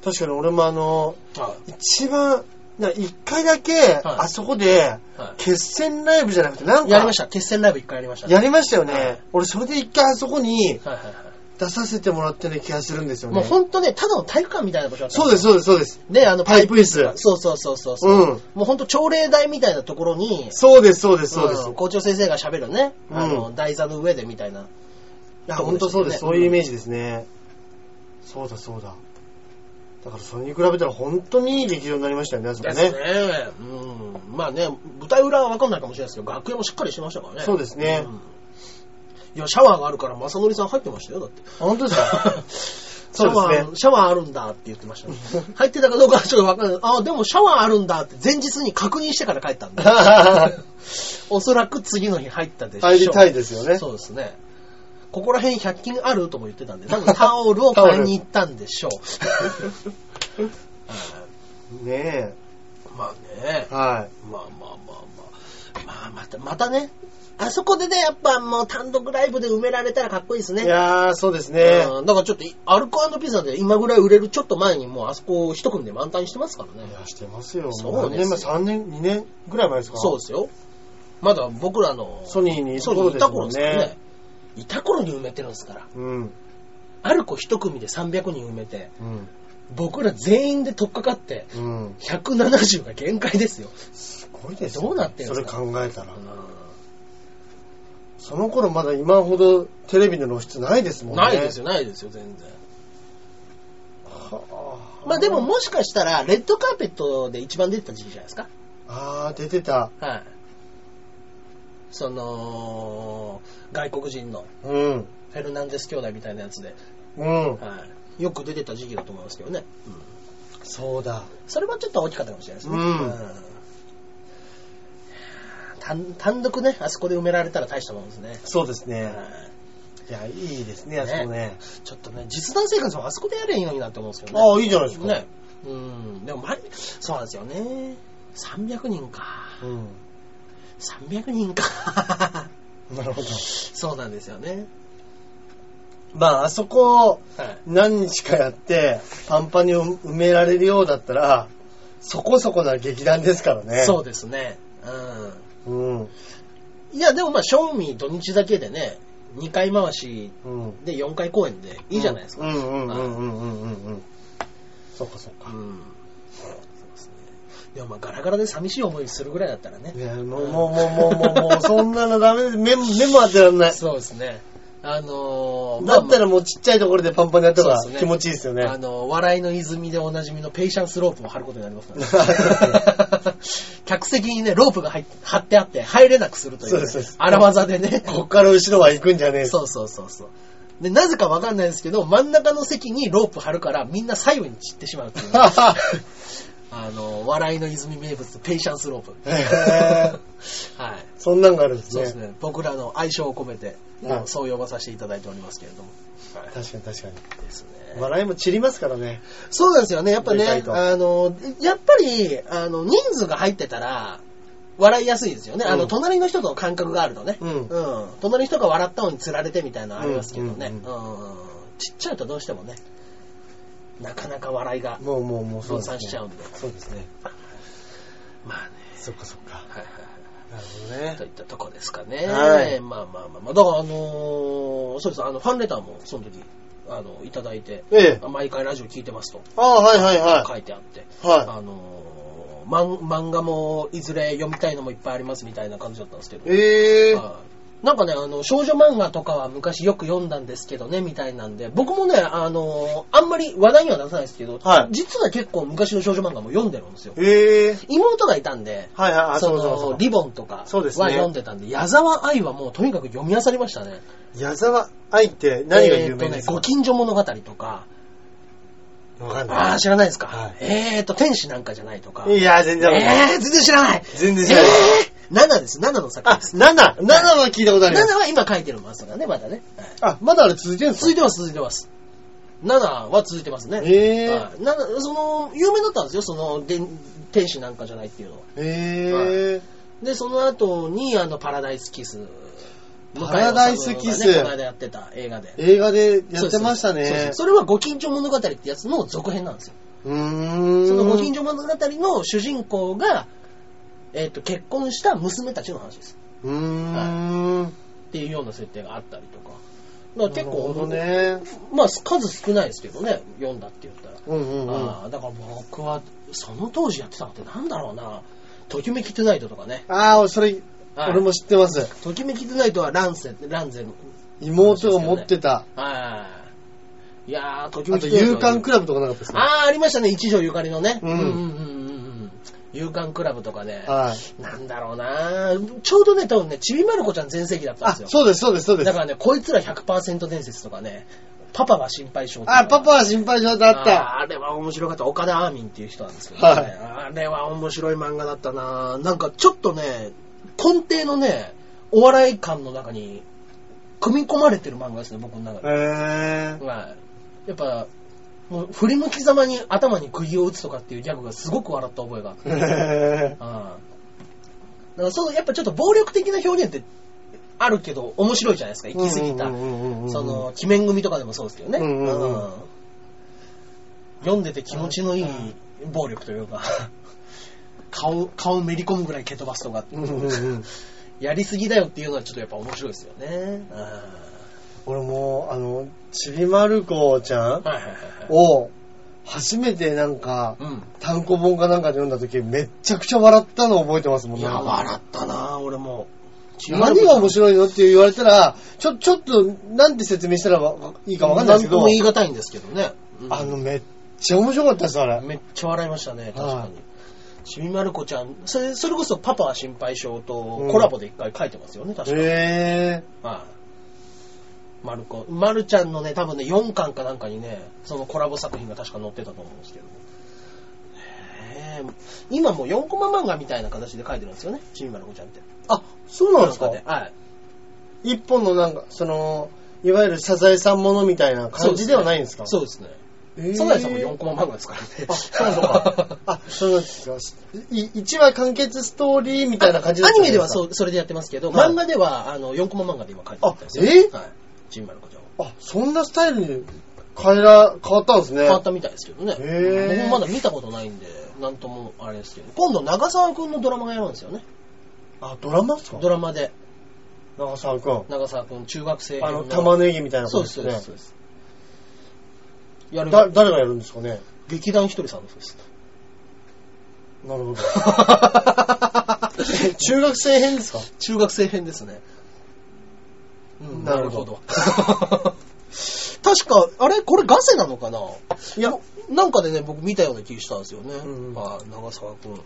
[SPEAKER 2] 確かに俺もあの、
[SPEAKER 1] は
[SPEAKER 2] 一番、な一回だけ、あそこで、
[SPEAKER 1] いは
[SPEAKER 2] 決戦ライブじゃなくて、なん
[SPEAKER 1] い
[SPEAKER 2] か、
[SPEAKER 1] やりました。決戦ライブ一回やりました。
[SPEAKER 2] やりましたよね。
[SPEAKER 1] はい
[SPEAKER 2] 俺、それで一回あそこに、
[SPEAKER 1] はいはいはい。
[SPEAKER 2] 出させてもらってる気がするんですよね。
[SPEAKER 1] もうほんとね、ただの体育館みたいな場所だった
[SPEAKER 2] そう
[SPEAKER 1] で
[SPEAKER 2] です、そうです、そうです。
[SPEAKER 1] す。ね、あの、
[SPEAKER 2] パイプ椅子。
[SPEAKER 1] そうそうそうそうそう。
[SPEAKER 2] うん。
[SPEAKER 1] もうほんと朝礼台みたいなところに、
[SPEAKER 2] そうです、そうです、そうです。
[SPEAKER 1] ん校長先生が喋るね、あ
[SPEAKER 2] う
[SPEAKER 1] の、台座の上でみたいな。
[SPEAKER 2] いや、本当そうです。
[SPEAKER 1] そうですよ
[SPEAKER 2] そう
[SPEAKER 1] ね
[SPEAKER 2] いうイメージですね。そうだ、そうだ。だから、それに比べたら本当にいい劇場になりましたよね、あそこね。
[SPEAKER 1] ね。うん。まあね、舞台裏はわかんないかもしれないですけど、楽屋もしっかりしてましたからね。
[SPEAKER 2] そうですね
[SPEAKER 1] んいや、シャワーがあるから、正則さん入ってましたよ、だって。
[SPEAKER 2] 本当ですか
[SPEAKER 1] シャ
[SPEAKER 2] そう
[SPEAKER 1] ワ
[SPEAKER 2] です
[SPEAKER 1] ー、
[SPEAKER 2] ね。
[SPEAKER 1] シャワーあるんだって言ってましたね。入ってたかどうかはちょっとわかんない。あ、でもシャワーあるんだって前日に確認してから帰った んで。おそらく次の日入ったでしょう。
[SPEAKER 2] 入りたいですよね。
[SPEAKER 1] そうですね。ここら辺100均あるとも言ってたんで、多分タオルを買いに行ったんでしょう。
[SPEAKER 2] ね
[SPEAKER 1] まあね
[SPEAKER 2] え。。は
[SPEAKER 1] まあまあまあまあ。まあまた、またね。あそこでね、やっぱもう単独ライブで埋められたらかっこいいです
[SPEAKER 2] い。
[SPEAKER 1] ね。
[SPEAKER 2] いやー、そうですね。
[SPEAKER 1] うんだからちょっとい、アルコピザで今ぐらい売れるちょっと前にもうあそこを一組で満タンにしてますからね
[SPEAKER 2] い。や、してますよ。
[SPEAKER 1] そう
[SPEAKER 2] 何
[SPEAKER 1] です
[SPEAKER 2] 年前、3年、2年ぐらい前ですか
[SPEAKER 1] そうですよ。まだ僕らの、
[SPEAKER 2] ソニーにいる
[SPEAKER 1] そう
[SPEAKER 2] 頃
[SPEAKER 1] い
[SPEAKER 2] で
[SPEAKER 1] た
[SPEAKER 2] す
[SPEAKER 1] 頃
[SPEAKER 2] も
[SPEAKER 1] で
[SPEAKER 2] ん
[SPEAKER 1] すからね
[SPEAKER 2] ね。。
[SPEAKER 1] いた頃に埋めてるんですから。
[SPEAKER 2] うん。
[SPEAKER 1] ある子一組で300人埋めて、
[SPEAKER 2] うん。
[SPEAKER 1] 僕ら全員で取っかかって、
[SPEAKER 2] うん。
[SPEAKER 1] 170が限界ですよ。
[SPEAKER 2] すごいですよ
[SPEAKER 1] どうなってん
[SPEAKER 2] そ
[SPEAKER 1] す
[SPEAKER 2] れ
[SPEAKER 1] か
[SPEAKER 2] 考えたら。その頃まだ今ほどテレビの露出ないですもんね。
[SPEAKER 1] ないです
[SPEAKER 2] よ。
[SPEAKER 1] よ、ないですよ、全然。まあでももしかしたら、レッドカーペットで一番出てた時期じゃないですか。
[SPEAKER 2] あー、出てた。
[SPEAKER 1] はい。その、外国人の
[SPEAKER 2] うん。
[SPEAKER 1] フェルナンデス兄弟みたいなやつで、
[SPEAKER 2] うん。
[SPEAKER 1] はい。よく出てた時期だと思いますけどね。
[SPEAKER 2] そうだ。
[SPEAKER 1] それはちょっと大きかったかもしれないですね。
[SPEAKER 2] うん
[SPEAKER 1] 単単独ね、あそこで埋められたら大したもんですね。
[SPEAKER 2] そうですね。
[SPEAKER 1] はい
[SPEAKER 2] いや、いいですね、あそこね。
[SPEAKER 1] ちょっとね、実弾生活もあそこでやれんようになって思うんですけどね。
[SPEAKER 2] ああ、いいじゃないですか。
[SPEAKER 1] ね。うん。でも前、そうなんですよね。300人か。
[SPEAKER 2] うん。
[SPEAKER 1] 300人か。
[SPEAKER 2] なるほど。
[SPEAKER 1] そうなんですよね。
[SPEAKER 2] まあ、あそこを
[SPEAKER 1] はい。
[SPEAKER 2] 何日かやって、パンパンに埋められるようだったら、そこそこな劇団ですからね。
[SPEAKER 1] そうですね。うん。
[SPEAKER 2] う。うん。
[SPEAKER 1] いや、でもまあ、正味土日だけでね、2回回し
[SPEAKER 2] うん。
[SPEAKER 1] で4回公演でいいじゃないですか。
[SPEAKER 2] うんうんう
[SPEAKER 1] はい
[SPEAKER 2] んうんうんうんうん。そっかそっか。
[SPEAKER 1] うん。そうですね。でもまあ、ガラガラで寂しい思いするぐらいだったらね
[SPEAKER 2] い。や、もう、もう、もう、もう、もう、もうそんなのダメです。目も、目も当てらんない。
[SPEAKER 1] そうですね。あのー、
[SPEAKER 2] だった
[SPEAKER 1] ら、
[SPEAKER 2] らもうちっちゃいところでパンパンにやった方
[SPEAKER 1] そうですね
[SPEAKER 2] が気持ちいいですよね。
[SPEAKER 1] あのー、笑いの泉でおなじみのペイシャンスロープも張ることになりますからね。 客席にね、ロープが入っ張ってあって、入れなくするという,、
[SPEAKER 2] そうですそうです
[SPEAKER 1] 荒技でね。
[SPEAKER 2] こっから後ろは行くんじゃねえ
[SPEAKER 1] そうそうそうそう。で、なぜかわかんないですけど、真ん中の席にロープ張るから、みんな左右に散ってしまうっていう、 あの、笑いの泉名物、ペイシャンスロープ。
[SPEAKER 2] へ
[SPEAKER 1] はい。
[SPEAKER 2] そんなんがあるんです
[SPEAKER 1] そう
[SPEAKER 2] ね。
[SPEAKER 1] ですね。僕らの愛称を込めて、
[SPEAKER 2] はい
[SPEAKER 1] もうそう呼ばさせていただいておりますけれども。
[SPEAKER 2] 確かに確か
[SPEAKER 1] ですね
[SPEAKER 2] に。笑いも散りますからね。
[SPEAKER 1] そうなんですよね。やっぱね、
[SPEAKER 2] でかいと
[SPEAKER 1] あの、やっぱり、あの、人数が入ってたら、笑いやすいですよね。あ
[SPEAKER 2] う
[SPEAKER 1] の、
[SPEAKER 2] ん
[SPEAKER 1] 隣の人との感覚があるとね。
[SPEAKER 2] うん
[SPEAKER 1] 隣の人が笑ったのに釣られてみたいなのありますけどね。
[SPEAKER 2] う
[SPEAKER 1] うんちっちゃいとどうしてもね、なかなか笑いが
[SPEAKER 2] もうもうもうそ
[SPEAKER 1] 分
[SPEAKER 2] うですね。
[SPEAKER 1] 散しちゃうんで。
[SPEAKER 2] そうですね。
[SPEAKER 1] まあね。
[SPEAKER 2] そっかそっか。
[SPEAKER 1] はいはいはい
[SPEAKER 2] なるほどね
[SPEAKER 1] と。いったとこですかね。
[SPEAKER 2] はい
[SPEAKER 1] まあまあまあまあ。だから、あのーそうです。あの、ファンレターも、その時、あの、いただいて、
[SPEAKER 2] ええ。
[SPEAKER 1] 毎回ラジオ聞いてますと
[SPEAKER 2] ああ、はいはいは
[SPEAKER 1] 書いてあって、
[SPEAKER 2] い。は
[SPEAKER 1] あのー漫漫画もいずれ読みたいのもいっぱいありますみたいな感じだったんですけど
[SPEAKER 2] い。、ええ。
[SPEAKER 1] はいなんかね、あの、少女漫画とかは昔よく読んだんですけどね、みたいなんで、僕もね、あのーあんまり話題には出さないですけど、
[SPEAKER 2] はい
[SPEAKER 1] 実は結構昔の少女漫画も読んでるんですよ。
[SPEAKER 2] ええ。
[SPEAKER 1] 妹がいたんで、
[SPEAKER 2] はいはいあ。
[SPEAKER 1] そ
[SPEAKER 2] そ
[SPEAKER 1] の
[SPEAKER 2] うそうそう。
[SPEAKER 1] リボンとかは
[SPEAKER 2] そうですね
[SPEAKER 1] 読んでたんで、矢沢愛はもうとにかく読み漁りましたね。
[SPEAKER 2] 矢沢愛って何が有
[SPEAKER 1] えー
[SPEAKER 2] 名
[SPEAKER 1] と
[SPEAKER 2] で
[SPEAKER 1] ね
[SPEAKER 2] す、か
[SPEAKER 1] ご近所物語とか、
[SPEAKER 2] わかん
[SPEAKER 1] あ
[SPEAKER 2] な
[SPEAKER 1] あ、知らないですか。
[SPEAKER 2] はい
[SPEAKER 1] えーと、天使なんかじゃないとか。
[SPEAKER 2] い。いや、全然わかんない。
[SPEAKER 1] えー、全然知らない。
[SPEAKER 2] 全然知らない。
[SPEAKER 1] えー、7です、7の作品
[SPEAKER 2] あ、
[SPEAKER 1] です。
[SPEAKER 2] 7!7 は聞いたことあ
[SPEAKER 1] 7
[SPEAKER 2] ります。
[SPEAKER 1] は今書いてるますからね、まだね。はい
[SPEAKER 2] あ、まだあれ続いてるんです
[SPEAKER 1] 続い
[SPEAKER 2] か
[SPEAKER 1] てます、続いてます。7は続いてますね。
[SPEAKER 2] えー
[SPEAKER 1] はいなその、有名だったんですよ、その、で天使なんかじゃないっていうのは。
[SPEAKER 2] ええ。
[SPEAKER 1] で、その後に、あの、パラダイスキス。
[SPEAKER 2] パラダイスキス
[SPEAKER 1] 向井理がねこの間やってた映画で。
[SPEAKER 2] 映画でやってましたね。
[SPEAKER 1] そうですそうですそれはご近所物語ってやつの続編なんですよ。
[SPEAKER 2] うーん。
[SPEAKER 1] そのご近所物語の主人公が、えっ、と、結婚した娘たちの話です。
[SPEAKER 2] うーん。
[SPEAKER 1] っていうような設定があったりとか。だから結構、
[SPEAKER 2] なるほどね。
[SPEAKER 1] まあ数少ないですけどね、読んだって言ったら。
[SPEAKER 2] うんうんうん。
[SPEAKER 1] あ
[SPEAKER 2] あ
[SPEAKER 1] あだから僕は、その当時やってたのってなんだろうな。ときめきトゥナイトとかね。
[SPEAKER 2] あー、それ、
[SPEAKER 1] はい
[SPEAKER 2] 俺も知ってます。
[SPEAKER 1] ときめきトゥナイトはランセ、ランゼの。
[SPEAKER 2] 妹が持ってた。
[SPEAKER 1] はい。いやー、とき
[SPEAKER 2] あ
[SPEAKER 1] め
[SPEAKER 2] と、
[SPEAKER 1] きトゥナイト。
[SPEAKER 2] 勇敢クラブとかなかったですね。
[SPEAKER 1] ああ、ありましたね、一条ゆかりのね。
[SPEAKER 2] うん
[SPEAKER 1] うんうんうんうん。勇敢クラブとかね。
[SPEAKER 2] はい。
[SPEAKER 1] なんだろうなちょうどね、多分ね、ちびまる子ちゃん全盛期だったん
[SPEAKER 2] あ、
[SPEAKER 1] ですよ。
[SPEAKER 2] そうです、そうです、そうで
[SPEAKER 1] だ
[SPEAKER 2] す
[SPEAKER 1] か。らね、こいつら100%伝説とかね、パパは心配性とか
[SPEAKER 2] あ、パパは心配性だった。
[SPEAKER 1] あーあれは面白かった。岡田アーミンっていう人なんですけどね。
[SPEAKER 2] はい
[SPEAKER 1] あれは面白い漫画だったななんかちょっとね、根底のね、お笑い感の中に、組み込まれてる漫画ですね、僕の中で。
[SPEAKER 2] へー。
[SPEAKER 1] はい。やっぱ、もう振り向きざまに頭に釘を打つとかっていうギャグがすごく笑った覚えがあって。
[SPEAKER 2] へ
[SPEAKER 1] うん。だからその、やっぱちょっと暴力的な表現ってあるけど、面白いじゃないですか、
[SPEAKER 2] ー
[SPEAKER 1] 行き過ぎた。
[SPEAKER 2] うんうんうんうんうん
[SPEAKER 1] その、鬼面組とかでもそうですけどね。
[SPEAKER 2] うんうんうん
[SPEAKER 1] 読んでて気持ちのいい暴力というか、 顔、顔めり込むぐらい蹴飛ばすとか、
[SPEAKER 2] うんうんうん
[SPEAKER 1] やりすぎだよっていうのはちょっとやっぱ面白いですよね。うん
[SPEAKER 2] 俺も、あの、ちびまる子ちゃん
[SPEAKER 1] はいはいはいはい。
[SPEAKER 2] を、初めてなんか、
[SPEAKER 1] うん。
[SPEAKER 2] 単行本かなんかで読んだ時、めっちゃくちゃ笑ったのを覚えてますも
[SPEAKER 1] い
[SPEAKER 2] んね。
[SPEAKER 1] や、笑ったな俺も。
[SPEAKER 2] 何が面白いのって言われたら、ちょ、ちょっと、なんて説明したらわいいかわかんないです
[SPEAKER 1] 何と
[SPEAKER 2] けど
[SPEAKER 1] も、言い難いんですけどね。うん
[SPEAKER 2] あの、めっちゃ面白かったです、あれ。
[SPEAKER 1] めっちゃ笑いましたね、確
[SPEAKER 2] は
[SPEAKER 1] か
[SPEAKER 2] い
[SPEAKER 1] に。ちびまる子ちゃん、それそれこそパパは心配性と
[SPEAKER 2] うん
[SPEAKER 1] コラボで一回書いてますよね、確かに。
[SPEAKER 2] へ
[SPEAKER 1] はい。まる子、まるちゃんのね、多分ね、4巻かなんかにね、そのコラボ作品が確か載ってたと思うんですけど。ねえ今もう4コマ漫画みたいな形で書いてるんですよね、ちびまる子ちゃんって。
[SPEAKER 2] あ、そうなんですか
[SPEAKER 1] ねはい。
[SPEAKER 2] 一本のなんか、その、いわゆるサザエさんものみたいな感じではないんですか
[SPEAKER 1] そう
[SPEAKER 2] う
[SPEAKER 1] ですね。
[SPEAKER 2] です
[SPEAKER 1] サザエさんも4コマ漫画ですからね。
[SPEAKER 2] あ、そうなんです か。 あ、そうなんですか。1話完結ストーリーみたいな感じだ
[SPEAKER 1] ア
[SPEAKER 2] った
[SPEAKER 1] ニ
[SPEAKER 2] ん
[SPEAKER 1] メでは
[SPEAKER 2] すか
[SPEAKER 1] そうそれでやってますけど、
[SPEAKER 2] はい
[SPEAKER 1] 漫画ではあの4コマ漫画で今書いてったんですよ。
[SPEAKER 2] あえ
[SPEAKER 1] はい。ちびまる子ちゃんは。
[SPEAKER 2] あ、そんなスタイルに変えら、変わったんですね。
[SPEAKER 1] 変わったみたいですけどね。
[SPEAKER 2] へー
[SPEAKER 1] 僕もまだ見たことないんで、なんともあれですけど。今度長澤くんのドラマがやるんですよね。
[SPEAKER 2] あ、ドラマですか
[SPEAKER 1] ドラマで。
[SPEAKER 2] 長澤くん。
[SPEAKER 1] 長澤くん、中学生編
[SPEAKER 2] あの、玉
[SPEAKER 1] ね
[SPEAKER 2] ねぎみたいな
[SPEAKER 1] そ
[SPEAKER 2] こ
[SPEAKER 1] うです、そ
[SPEAKER 2] と
[SPEAKER 1] う
[SPEAKER 2] ね
[SPEAKER 1] です、そうです。やる
[SPEAKER 2] だ、誰がやるんですかね
[SPEAKER 1] 劇団ひとりさんのそう です。
[SPEAKER 2] なるほど。中学生編ですか
[SPEAKER 1] 中学生編ですね。うん、な
[SPEAKER 2] な
[SPEAKER 1] る
[SPEAKER 2] る
[SPEAKER 1] ほ
[SPEAKER 2] ほ
[SPEAKER 1] ど
[SPEAKER 2] ど。
[SPEAKER 1] 確か、あれこれガセなのかない
[SPEAKER 2] や、
[SPEAKER 1] なんかでね、僕見たような気がしたんですよね。
[SPEAKER 2] うんうん
[SPEAKER 1] はい長澤くん。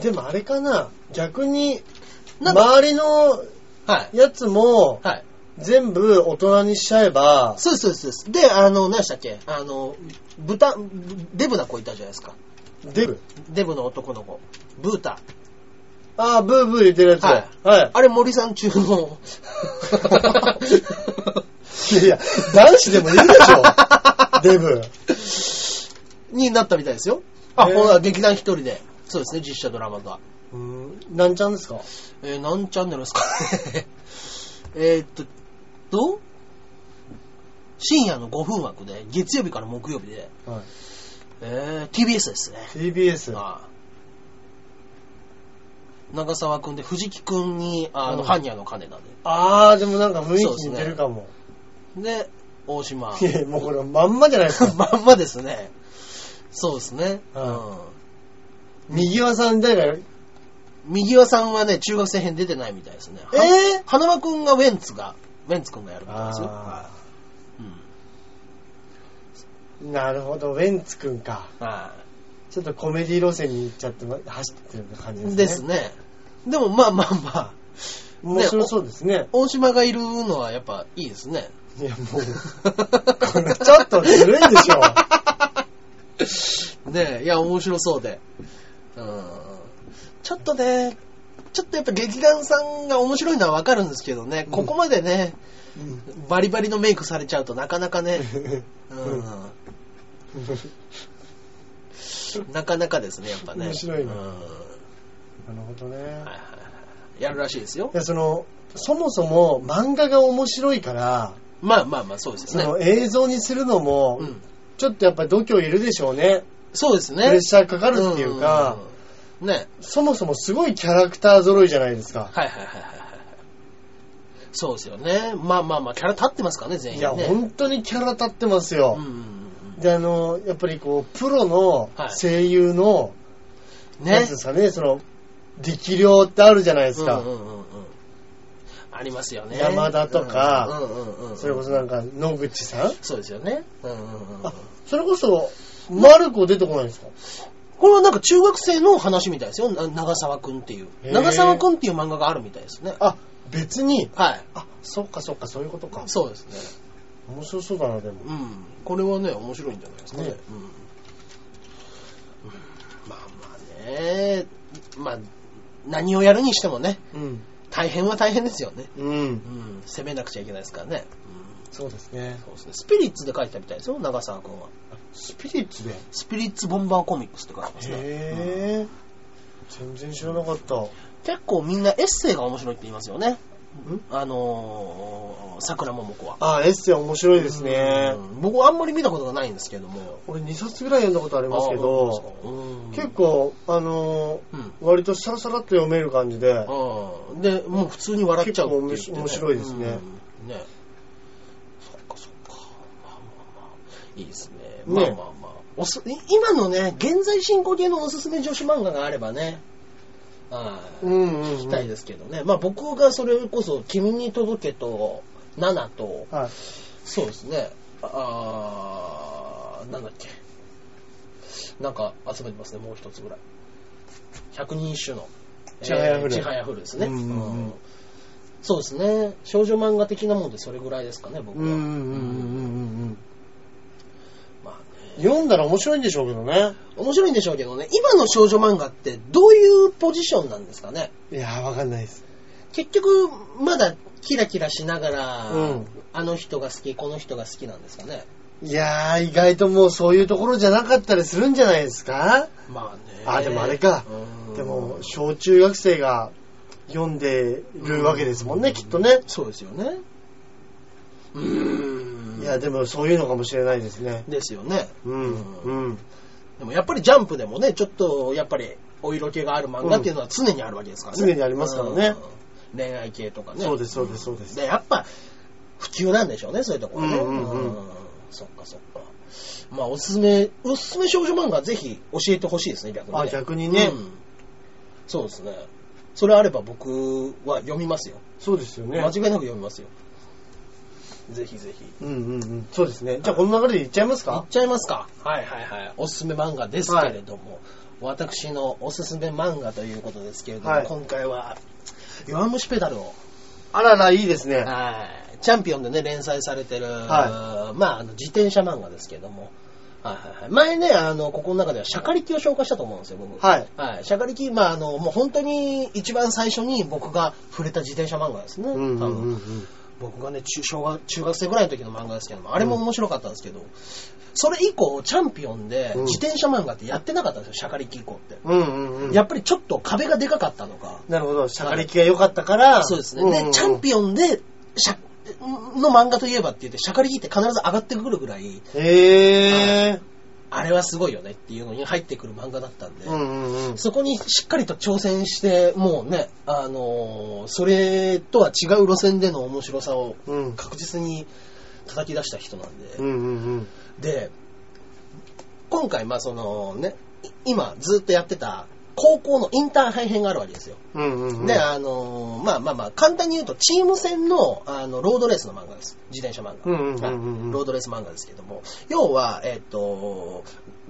[SPEAKER 2] でもあれかな逆に、
[SPEAKER 1] なんか、
[SPEAKER 2] 周りの
[SPEAKER 1] はい。
[SPEAKER 2] やつも、
[SPEAKER 1] はい。
[SPEAKER 2] 全部大人にしちゃえば、
[SPEAKER 1] そうです、そうですそうです。で、あの、何でしたっけあの、豚、デブな子いたじゃないですか。
[SPEAKER 2] デブ。
[SPEAKER 1] デブの男の子。ブータ。
[SPEAKER 2] あー、ブーブー言ってるやつ。
[SPEAKER 1] は
[SPEAKER 2] はいい。は
[SPEAKER 1] あれ森さん中の。
[SPEAKER 2] い。いや、男子でもいるでし ょデブ。
[SPEAKER 1] になったみたいですよ。あ、
[SPEAKER 2] へー
[SPEAKER 1] ほら、劇団一人で。そうですね、実写ドラマが。
[SPEAKER 2] うん、なんちゃん ですか
[SPEAKER 1] えー、何チャンネルですか ね。えーっと、どう深夜の5分枠で、月曜日から木曜日で、
[SPEAKER 2] はい。
[SPEAKER 1] えー、TBS ですね。
[SPEAKER 2] TBS。
[SPEAKER 1] ああ長澤くんで、藤木くんに、あの、
[SPEAKER 2] うん
[SPEAKER 1] ハニャの金田
[SPEAKER 2] あー、でもなんか雰囲気似てるかも。
[SPEAKER 1] で。で、大島。
[SPEAKER 2] いや、もうこれまんまじゃないですか。
[SPEAKER 1] まんまですね。そうですね。う
[SPEAKER 2] うん
[SPEAKER 1] ん。
[SPEAKER 2] 右輪さん誰がやる
[SPEAKER 1] 右輪さんはね、中学生編出てないみたいですね。
[SPEAKER 2] えー
[SPEAKER 1] 花輪くんがウェンツが、ウェンツくんがやるみたいですよ。
[SPEAKER 2] あ
[SPEAKER 1] うん
[SPEAKER 2] なるほど、ウェンツくんか。
[SPEAKER 1] は
[SPEAKER 2] ちょっとコメディ路線に行っちゃって、ま走ってる感じです
[SPEAKER 1] い。
[SPEAKER 2] ね。
[SPEAKER 1] ですね。でもまあまあまあ、
[SPEAKER 2] 面白そうですね。
[SPEAKER 1] 大島がいるのはやっぱいいです ね。
[SPEAKER 2] いや、もう、これちょっとずるいでしょ。
[SPEAKER 1] ねえ、いや、面白そうで。うん。ちょっとね、ちょっとやっぱ劇団さんが面白いのはわかるんですけどね、
[SPEAKER 2] うん
[SPEAKER 1] ここまでね、 バリバリのメイクされちゃうとなかなかね、うん。なかなかですね、やっぱね。
[SPEAKER 2] 面白いな
[SPEAKER 1] うんは
[SPEAKER 2] なるほどね
[SPEAKER 1] いはい。はいやるらしいですよ
[SPEAKER 2] い。や、その、そもそも漫画が面白いから、
[SPEAKER 1] まあまあまあ、そうです
[SPEAKER 2] そ
[SPEAKER 1] よね。
[SPEAKER 2] の映像にするのも
[SPEAKER 1] う、ん。
[SPEAKER 2] ちょっとやっぱり度胸いるでしょうね。
[SPEAKER 1] そうです
[SPEAKER 2] プ
[SPEAKER 1] ね。
[SPEAKER 2] レッシャーかかるっていうか、
[SPEAKER 1] うん。ね。
[SPEAKER 2] そもそもすごいキャラクター揃いじゃないですか。
[SPEAKER 1] はいはいはいはいはい。そうですよね。まあまあまあ、キャラ立ってますからね、全員
[SPEAKER 2] い
[SPEAKER 1] ね。
[SPEAKER 2] や、本当にキャラ立ってますよ
[SPEAKER 1] う。ん
[SPEAKER 2] で、あの、やっぱりこう、プロの
[SPEAKER 1] はい
[SPEAKER 2] 声優の、なんていうん
[SPEAKER 1] ね
[SPEAKER 2] で。すかね、その、力量ってあるじゃないですか。
[SPEAKER 1] うんうんうんうんありますよね。
[SPEAKER 2] 山田とか
[SPEAKER 1] うんうんうんうん
[SPEAKER 2] それこそなんか、野口さん
[SPEAKER 1] そうですよね。うんうんうんうん
[SPEAKER 2] あそれこそ、マルコ出てこないんですか
[SPEAKER 1] これはなんか中学生の話みたいですよ。な長沢くんっていう。
[SPEAKER 2] へー
[SPEAKER 1] 長沢くんっていう漫画があるみたいですね。
[SPEAKER 2] あ、別に、
[SPEAKER 1] はい。
[SPEAKER 2] あ、そっかそっか、そういうことか。
[SPEAKER 1] そうですね。
[SPEAKER 2] 面白そうだな、でも。
[SPEAKER 1] うん。これはね、面白いんじゃないですかね。
[SPEAKER 2] ね
[SPEAKER 1] うんうんまあまあね。まあ、何をやるにしてもね、
[SPEAKER 2] うん。
[SPEAKER 1] 大変は大変ですよね。
[SPEAKER 2] うん
[SPEAKER 1] う。ん。攻めなくちゃいけないですからね。
[SPEAKER 2] そうです
[SPEAKER 1] う
[SPEAKER 2] ね
[SPEAKER 1] ん。。そうですね。スピリッツで書いてたみたいですよ、長沢くんは。
[SPEAKER 2] スピリッツで。
[SPEAKER 1] スピリッツボンバーコミックスって書いてますね。うん
[SPEAKER 2] へぇ全然知らなかった。
[SPEAKER 1] 結構みんなエッセイが面白いって言いますよね。あのー、桜桃子は。
[SPEAKER 2] あ、エッセイ面白いですね
[SPEAKER 1] う。ん僕はあんまり見たことがないんですけども。
[SPEAKER 2] 俺2冊ぐらい読んだことありますけど、
[SPEAKER 1] あー
[SPEAKER 2] 結、構、あの
[SPEAKER 1] そうなんですか
[SPEAKER 2] ー、割とサラサラっと読める感じ
[SPEAKER 1] う
[SPEAKER 2] で、
[SPEAKER 1] んうん。で、もう普通に笑っちゃうっていう、
[SPEAKER 2] 結構面白いですね。
[SPEAKER 1] うんね。そっかそっか。まあまあまあ。いいですね。まあ
[SPEAKER 2] ね
[SPEAKER 1] まあまあ。おす今のね、現在進行形のおすすめ女子漫画があればね。はい。
[SPEAKER 2] うんうん、
[SPEAKER 1] 聞きたいですけどね。まあ僕がそれこそ、君に届けと、ナナと、
[SPEAKER 2] はい。
[SPEAKER 1] そうですね。あー、なんだっけ。なんか集めてますね、もう一つぐらい。百人一首の。
[SPEAKER 2] ちはやふる
[SPEAKER 1] ちはやふるですね、
[SPEAKER 2] うんうんうん
[SPEAKER 1] そうですね。少女漫画的なもんでそれぐらいですかね、僕
[SPEAKER 2] う
[SPEAKER 1] は。
[SPEAKER 2] んうんうんうんうん
[SPEAKER 1] まあ
[SPEAKER 2] うん。読んだら面白いんでしょうけどね。
[SPEAKER 1] ね、面白いんでしょうけどね、今の少女漫画ってどういうポジションなんですかね。
[SPEAKER 2] いやー、わかんないです。
[SPEAKER 1] 結局、まだキラキラしながら、
[SPEAKER 2] うん
[SPEAKER 1] あの人が好き、この人が好きなんですかね。
[SPEAKER 2] いやー、意外ともうそういうところじゃなかったりするんじゃないですか
[SPEAKER 1] まあね
[SPEAKER 2] あでもあれか。
[SPEAKER 1] うん
[SPEAKER 2] でも、小中学生が読んでるわけですもんね、きっとね。
[SPEAKER 1] そうですよね。うーん。
[SPEAKER 2] いや、でもそういうのかもしれないですね。
[SPEAKER 1] ですよね。
[SPEAKER 2] うん、
[SPEAKER 1] う
[SPEAKER 2] うん。
[SPEAKER 1] でもやっぱりジャンプでもね、ちょっとやっぱりお色気がある漫画っていうのは常にあるわけですからね。
[SPEAKER 2] 常にありますからね
[SPEAKER 1] うん。恋愛系とかね。
[SPEAKER 2] そうです、そうです、そうです。
[SPEAKER 1] で、やっぱ普及なんでしょうね、そういうところね。
[SPEAKER 2] うんうんうん
[SPEAKER 1] そっかそっか。まあおすすめ、おすすめ少女漫画ぜひ教えてほしいですね、逆に、ね。
[SPEAKER 2] あ逆にね
[SPEAKER 1] うんそうですね。それあれば僕は読みますよ。
[SPEAKER 2] そうですよね。
[SPEAKER 1] 間違いなく読みますよ。ぜひぜひ。
[SPEAKER 2] うんうんうん。そうですね。じゃあ、この流れでいっちゃいま
[SPEAKER 1] い
[SPEAKER 2] す
[SPEAKER 1] っ
[SPEAKER 2] か
[SPEAKER 1] ちゃいますか。はいはいはい。おすすめ漫画ですけれども、私のおすすめ漫画ということですけれども、
[SPEAKER 2] はい
[SPEAKER 1] 今回は、弱虫ペダルを、
[SPEAKER 2] あらら、いいですね。
[SPEAKER 1] はい、チャンピオンでね、連載されてる、
[SPEAKER 2] は
[SPEAKER 1] まあ、あの自転車漫画ですけれども、はいはいはい、前ね、あの、ここの中では、シャカリキを紹介したと思うんですよ、僕。
[SPEAKER 2] はい。
[SPEAKER 1] はい、シャカリキ、まあ、あの、もう本当に一番最初に僕が触れた自転車漫画ですね。
[SPEAKER 2] うんう
[SPEAKER 1] 多
[SPEAKER 2] んう
[SPEAKER 1] 分
[SPEAKER 2] んうん。
[SPEAKER 1] 僕がね中小学中学生ぐらいの時の漫画ですけどもあれも面白かったんですけど、それ以降チャンピオンで
[SPEAKER 2] うん
[SPEAKER 1] 自転車漫画ってやってなかったんですよシャカリキ以降って、
[SPEAKER 2] うんうんうん。
[SPEAKER 1] やっぱりちょっと壁がでかかったのか、
[SPEAKER 2] なるほど。しゃかりきが良かったから。
[SPEAKER 1] そうですね、
[SPEAKER 2] んんん
[SPEAKER 1] でチャンピオンでシャの漫画といえばって言ってシャカリキって必ず上がってくるぐらい
[SPEAKER 2] へぇ
[SPEAKER 1] あれはすごいよねっていうのに入ってくる漫画だったんで、
[SPEAKER 2] ー。うんうんうん。
[SPEAKER 1] そこにしっかりと挑戦してもうねあのーそれとは違う路線での面白さを
[SPEAKER 2] うん。
[SPEAKER 1] 確実に叩き出した人なんで、
[SPEAKER 2] うんうんうん。
[SPEAKER 1] で、今回、まあそのね、い今ずっとやってた高校のインターハイ編があるわけですよ。
[SPEAKER 2] うんうんうん。
[SPEAKER 1] で、あのーまあまあまあ、簡単に言うと、チーム戦の、あの、ロードレースの漫画です。自転車漫画。
[SPEAKER 2] うんうんうんうんうん
[SPEAKER 1] はいロードレース漫画ですけども、要は、えっ、と、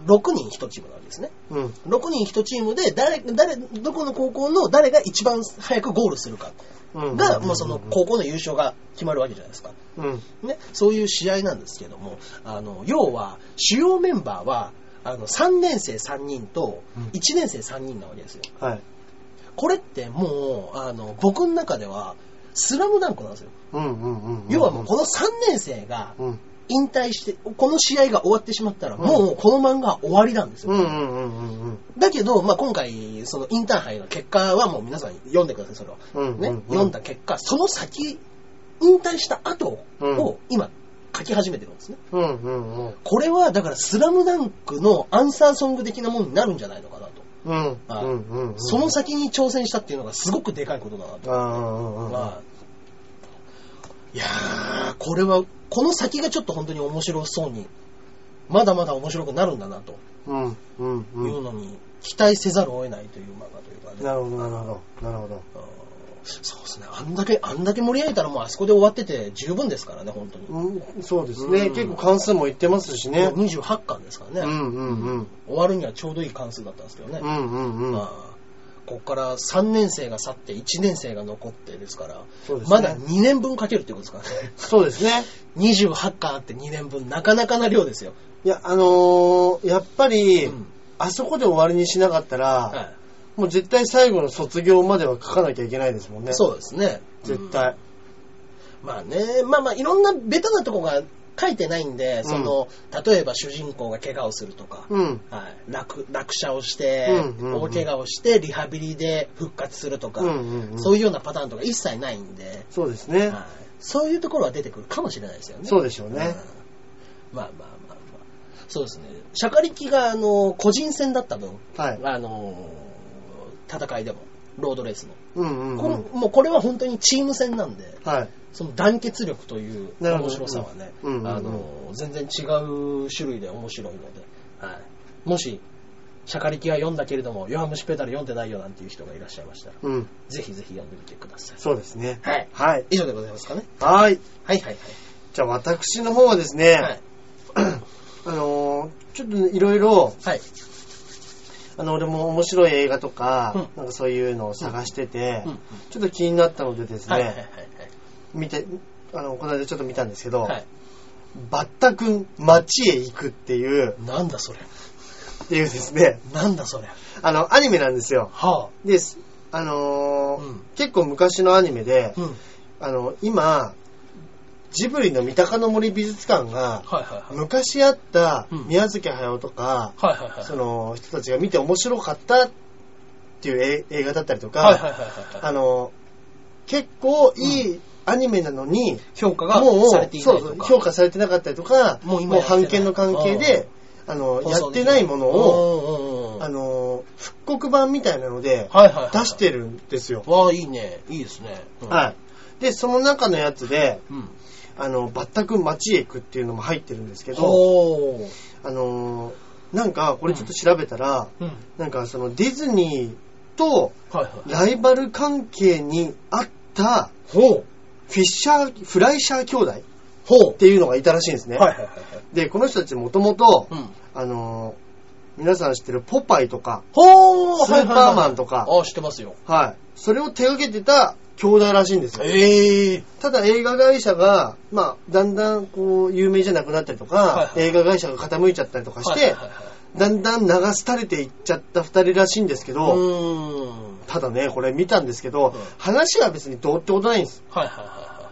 [SPEAKER 1] 6人1チームなわけですね。
[SPEAKER 2] うん。
[SPEAKER 1] 6人1チームで、誰、誰、どこの高校の誰が一番早くゴールするか
[SPEAKER 2] うんうん。
[SPEAKER 1] が、もうその高校の優勝が決まるわけじゃないですか。
[SPEAKER 2] うん。
[SPEAKER 1] ね、そういう試合なんですけども、あの、要は、主要メンバーは、あの、3年生3人と
[SPEAKER 2] うん、
[SPEAKER 1] 1年生3人なわけですよ。
[SPEAKER 2] はい。
[SPEAKER 1] これってもう、あの、僕の中では、スラムダンクなんですよ。
[SPEAKER 2] うんうんうんうん。
[SPEAKER 1] 要はもう、この3年生が
[SPEAKER 2] うん。
[SPEAKER 1] 引退して、この試合が終わってしまったら、もうこの漫画は終わりなんですよ。
[SPEAKER 2] うんうんうんうんうん。
[SPEAKER 1] だけど、まあ、今回、そのインターハイの結果はもう皆さん読んでください、それは。
[SPEAKER 2] うん
[SPEAKER 1] ね
[SPEAKER 2] うんうん、
[SPEAKER 1] 読んだ結果、その先、引退した後
[SPEAKER 2] うん
[SPEAKER 1] を今、書き始めてるんですね。
[SPEAKER 2] うんうんうん。
[SPEAKER 1] これはだから「スラムダンクのアンサーソング的なものになるんじゃないのかなと、
[SPEAKER 2] うん。
[SPEAKER 1] はい
[SPEAKER 2] うんうんうん。
[SPEAKER 1] その先に挑戦したっていうのがすごくでかいことだなと、
[SPEAKER 2] ああ、うんうんうん。
[SPEAKER 1] まあいやー、これは、この先がちょっと本当に面白そうに、まだまだ面白くなるんだなと
[SPEAKER 2] うん、うん、。
[SPEAKER 1] いううんのに、期待せざるを得ないという漫画というかね。
[SPEAKER 2] なるほど、なるほど、なるほど。
[SPEAKER 1] うんそうですね。あんだけ、あんだけ盛り上げたらもうあそこで終わってて十分ですからね、本当に。
[SPEAKER 2] うん、そうですね、
[SPEAKER 1] うん
[SPEAKER 2] 結構関数もいってますしね。
[SPEAKER 1] 28巻ですからね、
[SPEAKER 2] うん、うん、うん。
[SPEAKER 1] 終わるにはちょうどいい関数だったんですけどね。
[SPEAKER 2] うん、うん、うん。
[SPEAKER 1] まあ、ここから3年生が去って1年生が残ってですから、
[SPEAKER 2] そうですね。
[SPEAKER 1] まだ2年分かけるってことですから ね。
[SPEAKER 2] そうですね。
[SPEAKER 1] 28巻あって2年分、なかなかな量ですよ。
[SPEAKER 2] いや、あのーやっぱり、
[SPEAKER 1] うん
[SPEAKER 2] あそこで終わりにしなかったら、
[SPEAKER 1] は
[SPEAKER 2] もう絶対最後の卒業までは書かなきゃいけないですもん
[SPEAKER 1] い
[SPEAKER 2] ね。
[SPEAKER 1] そうですね。
[SPEAKER 2] 絶対。
[SPEAKER 1] まあね、まあまあ、いろんなベタなとこが書いてないんで、その、例えば主人公が怪我をするとか、
[SPEAKER 2] うん。
[SPEAKER 1] はい、落落車をして、
[SPEAKER 2] うんうんうん
[SPEAKER 1] 大怪我をして、リハビリで復活するとか、
[SPEAKER 2] うんうんうん
[SPEAKER 1] そういうようなパターンとか一切ないんで、
[SPEAKER 2] そうですね。
[SPEAKER 1] はい、そういうところは出てくるかもしれないですよね。
[SPEAKER 2] そうでしょうね。
[SPEAKER 1] うんまあまあまあまあ。そうですね。シャカリキが、あの、個人戦だった分、
[SPEAKER 2] はい。
[SPEAKER 1] あの、戦いでも、ロードレースの。
[SPEAKER 2] うんうん、
[SPEAKER 1] こ
[SPEAKER 2] う
[SPEAKER 1] れ
[SPEAKER 2] ん。
[SPEAKER 1] もうこれは本当にチーム戦なんで、
[SPEAKER 2] はい。
[SPEAKER 1] その団結力という
[SPEAKER 2] なるほ
[SPEAKER 1] 面
[SPEAKER 2] ど
[SPEAKER 1] 白さはね、
[SPEAKER 2] うんうんうん
[SPEAKER 1] あの全然違う種類で面白いので、はい、もし、シャカリキは読んだけれども、弱虫ペダル読んでないよなんていう人がいらっしゃいましたら、
[SPEAKER 2] うん。
[SPEAKER 1] ぜひぜひ読んでみてください。
[SPEAKER 2] そうですね。
[SPEAKER 1] はい。
[SPEAKER 2] はい。
[SPEAKER 1] 以上でございますかね。
[SPEAKER 2] はい。
[SPEAKER 1] はいはい
[SPEAKER 2] じゃあ私の方はですね、
[SPEAKER 1] はい。はい。
[SPEAKER 2] あのーちょっとねいろいろ、
[SPEAKER 1] はい。
[SPEAKER 2] あの、俺も面白い映画とか、
[SPEAKER 1] うん
[SPEAKER 2] なんかそういうのを探してて、
[SPEAKER 1] うんうん
[SPEAKER 2] ちょっと気になったのでですね、
[SPEAKER 1] はいはいはい
[SPEAKER 2] 見て、あの、この間ちょっと見たんですけど、
[SPEAKER 1] はい。はい。
[SPEAKER 2] バッタ君街へ行くっていう、
[SPEAKER 1] なんだそれ。
[SPEAKER 2] っていうですね、
[SPEAKER 1] なんだそれ。
[SPEAKER 2] あの、アニメなんですよ。
[SPEAKER 1] は
[SPEAKER 2] です。あのー
[SPEAKER 1] うん
[SPEAKER 2] 結構昔のアニメで
[SPEAKER 1] あ。、うん。はい
[SPEAKER 2] あの、今、ジブリの三鷹の森美術館が、
[SPEAKER 1] はいはい。
[SPEAKER 2] 昔あった
[SPEAKER 1] うん
[SPEAKER 2] 宮崎駿とか、
[SPEAKER 1] はいはいはい。
[SPEAKER 2] その人たちが見て面白かったっていうえ映画だったりとか、
[SPEAKER 1] はいはいはいは
[SPEAKER 2] あ
[SPEAKER 1] い。
[SPEAKER 2] の、結構いいアニメなのに、
[SPEAKER 1] 評価が
[SPEAKER 2] もう
[SPEAKER 1] されていない
[SPEAKER 2] そ
[SPEAKER 1] と
[SPEAKER 2] う
[SPEAKER 1] か。
[SPEAKER 2] 評価されてなかったりとか、
[SPEAKER 1] もう今
[SPEAKER 2] もう
[SPEAKER 1] やってない
[SPEAKER 2] 版権の関係で、あの、
[SPEAKER 1] 放
[SPEAKER 2] や
[SPEAKER 1] 送
[SPEAKER 2] っ
[SPEAKER 1] で
[SPEAKER 2] て
[SPEAKER 1] き
[SPEAKER 2] ないもの
[SPEAKER 1] うんう
[SPEAKER 2] を、
[SPEAKER 1] んうん
[SPEAKER 2] あの、復刻版みたいなので、
[SPEAKER 1] はいはいはい。
[SPEAKER 2] 出してるんですよ。
[SPEAKER 1] わあ、いいね。いいですね。うん
[SPEAKER 2] はい。で、その中のやつで、
[SPEAKER 1] うん。
[SPEAKER 2] あの、バッタ君街へ行くっていうのも入ってるんですけど、
[SPEAKER 1] おー。
[SPEAKER 2] あの、なんか、これちょっと調べたら、
[SPEAKER 1] うん。はい
[SPEAKER 2] なんかそのディズニーと
[SPEAKER 1] はい。
[SPEAKER 2] ライバル関係にあった
[SPEAKER 1] ほう。
[SPEAKER 2] フィッシャー、フライシャー兄弟っ
[SPEAKER 1] ほう。
[SPEAKER 2] ていうのがいたらしいんですね。
[SPEAKER 1] はいはいはいはい。
[SPEAKER 2] で、この人たちもともと、
[SPEAKER 1] うん。
[SPEAKER 2] あのー皆さん知ってるポパイとか、
[SPEAKER 1] ほ
[SPEAKER 2] スーパーマンとか
[SPEAKER 1] ああ、知ってますよ。
[SPEAKER 2] はい。それを手掛けてた兄弟らしいんですよ。
[SPEAKER 1] ええ
[SPEAKER 2] ただ映画会社が、まあ、だんだんこう、有名じゃなくなったりとか、
[SPEAKER 1] はいはい
[SPEAKER 2] 映画会社が傾いちゃったりとかして、だんだん流す垂れていっちゃった二人らしいんですけ
[SPEAKER 1] う
[SPEAKER 2] ど、
[SPEAKER 1] ーん。
[SPEAKER 2] ただね、これ見たんですけ
[SPEAKER 1] う
[SPEAKER 2] ど、
[SPEAKER 1] ん
[SPEAKER 2] 話は別にどうってことないんです。
[SPEAKER 1] はいはいはいは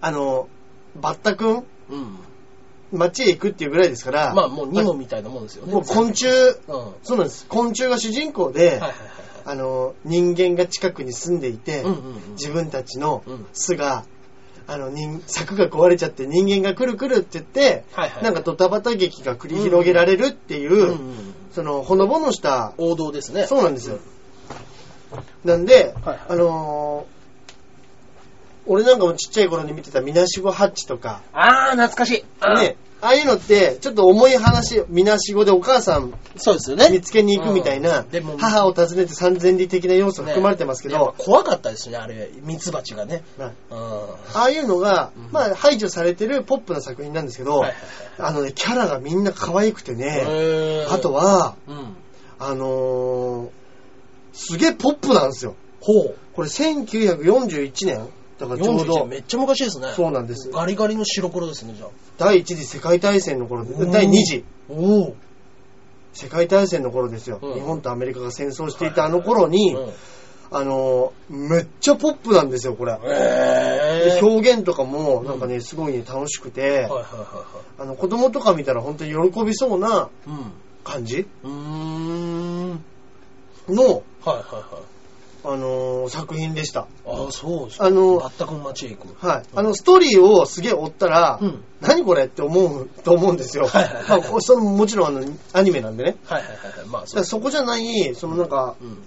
[SPEAKER 2] あの、バッタ君、
[SPEAKER 1] い。うん。
[SPEAKER 2] 街へ行くっていうぐらいですから、
[SPEAKER 1] まあ、もうニモみたいなもんですよね。
[SPEAKER 2] もう昆虫、
[SPEAKER 1] うん。は
[SPEAKER 2] そうなんです。昆虫が主人公
[SPEAKER 1] い
[SPEAKER 2] で、
[SPEAKER 1] はいはい
[SPEAKER 2] あの、人間が近くに住んでいて、
[SPEAKER 1] はい。うんうんうん。
[SPEAKER 2] 自分たちの
[SPEAKER 1] うん
[SPEAKER 2] 巣が、あの、人柵が壊れちゃって人間が来る来るって言って、
[SPEAKER 1] はいはい。
[SPEAKER 2] なんかドタバタ劇が繰り広げられるっていう、
[SPEAKER 1] うんうん。
[SPEAKER 2] その、ほのぼのした、
[SPEAKER 1] 王道ですね。
[SPEAKER 2] そうなんですよ。なんで、
[SPEAKER 1] はいはい
[SPEAKER 2] あのー俺なんかもちっちゃい頃に見てたみなしごハッチとか、
[SPEAKER 1] ああ、懐かしい。あー
[SPEAKER 2] ね、ああいうのって、ちょっと重い話、みなしごでお母さん
[SPEAKER 1] そうですよね。
[SPEAKER 2] 見つけに行くみたいな
[SPEAKER 1] うんでも、
[SPEAKER 2] 母を訪ねて三千里的な要素が
[SPEAKER 1] ね
[SPEAKER 2] 含まれてますけ
[SPEAKER 1] やっ
[SPEAKER 2] ど
[SPEAKER 1] ぱ、怖かったですね、あれ、ミツバチがね。
[SPEAKER 2] ま
[SPEAKER 1] う
[SPEAKER 2] あ
[SPEAKER 1] ん。は
[SPEAKER 2] ああいうのが
[SPEAKER 1] うん、
[SPEAKER 2] まあ、排除されてるポップな作品なんですけ
[SPEAKER 1] い
[SPEAKER 2] ど
[SPEAKER 1] はいはい、
[SPEAKER 2] あのね、キャラがみんな可愛くてね、
[SPEAKER 1] へー
[SPEAKER 2] あと、は、
[SPEAKER 1] うん。
[SPEAKER 2] あのー、すげえポップなんですよ。
[SPEAKER 1] ほう。
[SPEAKER 2] これ1941年だからちょう
[SPEAKER 1] 41
[SPEAKER 2] ど
[SPEAKER 1] めっちゃ昔ですね。
[SPEAKER 2] そうなんです
[SPEAKER 1] ガリガリの白黒ですね、じゃあ。
[SPEAKER 2] 第一次世界大戦の頃、第二次
[SPEAKER 1] おー。
[SPEAKER 2] 世界大戦の頃ですよ。
[SPEAKER 1] うん
[SPEAKER 2] 日本とアメリカが戦争していたあの頃に、
[SPEAKER 1] うん
[SPEAKER 2] あのー、めっちゃポップなんですよ、これ。
[SPEAKER 1] え
[SPEAKER 2] で
[SPEAKER 1] ー。
[SPEAKER 2] 表現とかもなんかね、すごいね楽しくて、
[SPEAKER 1] はいはいは
[SPEAKER 2] あの子供とか見たら本当に喜びそうない
[SPEAKER 1] はい。
[SPEAKER 2] 感じ
[SPEAKER 1] うん。うーん。
[SPEAKER 2] の、
[SPEAKER 1] はいはいはい。
[SPEAKER 2] あのー作品でした。
[SPEAKER 1] ああ、そうです
[SPEAKER 2] あの
[SPEAKER 1] バッタ君街へ行く。
[SPEAKER 2] はい。あの、ストーリーをすげえ追ったら、
[SPEAKER 1] うん
[SPEAKER 2] 何これって思うと思うんですよ。
[SPEAKER 1] はいはいはい
[SPEAKER 2] まあこうそのもちろんあのアニメなんでね。
[SPEAKER 1] はいはいはいはい。まあ、
[SPEAKER 2] だ
[SPEAKER 1] そ
[SPEAKER 2] か
[SPEAKER 1] う
[SPEAKER 2] らそこじゃない、そのなんか、
[SPEAKER 1] うん。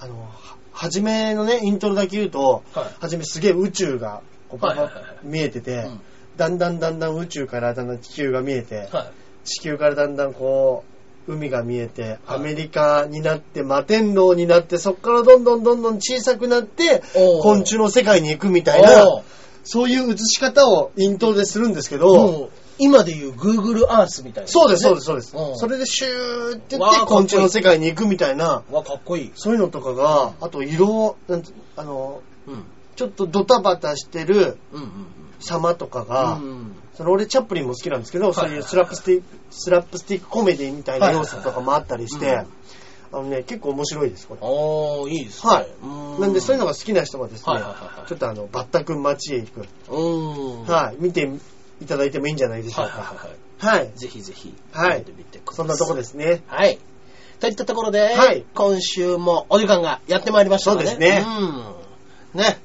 [SPEAKER 2] あの、初めのね、イントロだけ言うと、
[SPEAKER 1] はい
[SPEAKER 2] 初めすげえ宇宙がこうパ
[SPEAKER 1] はい
[SPEAKER 2] パ
[SPEAKER 1] はい
[SPEAKER 2] ッ
[SPEAKER 1] はい
[SPEAKER 2] 見えてて、
[SPEAKER 1] うん
[SPEAKER 2] だんだんだんだん宇宙からだんだん地球が見えて、
[SPEAKER 1] は
[SPEAKER 2] 地球からだんだんこう、海が見えて、
[SPEAKER 1] はい
[SPEAKER 2] アメリカになって、摩天楼になって、そこからどんどんどんどん小さくなって
[SPEAKER 1] お、ー
[SPEAKER 2] 昆虫の世界に行くみ
[SPEAKER 1] い。
[SPEAKER 2] たいな
[SPEAKER 1] お、
[SPEAKER 2] そういう映し方をイントロでするんですけ
[SPEAKER 1] ー
[SPEAKER 2] ど、
[SPEAKER 1] もう、今で言う Google Earth みたいな。
[SPEAKER 2] そうです、そうです、そうです
[SPEAKER 1] う。ん
[SPEAKER 2] それでシューって言
[SPEAKER 1] わ
[SPEAKER 2] っ
[SPEAKER 1] あ
[SPEAKER 2] て
[SPEAKER 1] かっこいい
[SPEAKER 2] 昆虫の世界に行くみたいな、
[SPEAKER 1] わ、かっこいい。
[SPEAKER 2] そういうのとかが、あと色、なんてあの、
[SPEAKER 1] うん。
[SPEAKER 2] ちょっとドタバタしてる
[SPEAKER 1] うんうん
[SPEAKER 2] 様とか
[SPEAKER 1] う
[SPEAKER 2] が、
[SPEAKER 1] ん。うん。
[SPEAKER 2] その俺チャップリンも好きなんですけど、
[SPEAKER 1] はい
[SPEAKER 2] そういうスラップスティック、スラップスティックコメディみたいな要素とかもあったりし
[SPEAKER 1] はい
[SPEAKER 2] て
[SPEAKER 1] はいはい、
[SPEAKER 2] あのね、結構面白いです、これ。
[SPEAKER 1] おー、いいですね。
[SPEAKER 2] はいう
[SPEAKER 1] ー
[SPEAKER 2] なんでそういうのが好きな人はですね
[SPEAKER 1] はいはいはいは、い
[SPEAKER 2] ちょっとあの、バッタ君街へ行く、
[SPEAKER 1] うーん。は
[SPEAKER 2] はい、見ていただいてもいいんじゃないでしょう
[SPEAKER 1] いはい
[SPEAKER 2] か。
[SPEAKER 1] はいはい。
[SPEAKER 2] はい。
[SPEAKER 1] ぜひぜひ、
[SPEAKER 2] はい
[SPEAKER 1] 見てみてください。
[SPEAKER 2] そんなとこですね。
[SPEAKER 1] はい。といったところで、
[SPEAKER 2] はい
[SPEAKER 1] 今週もお時間がやってまいりましたので、
[SPEAKER 2] そうですね
[SPEAKER 1] うん。ね。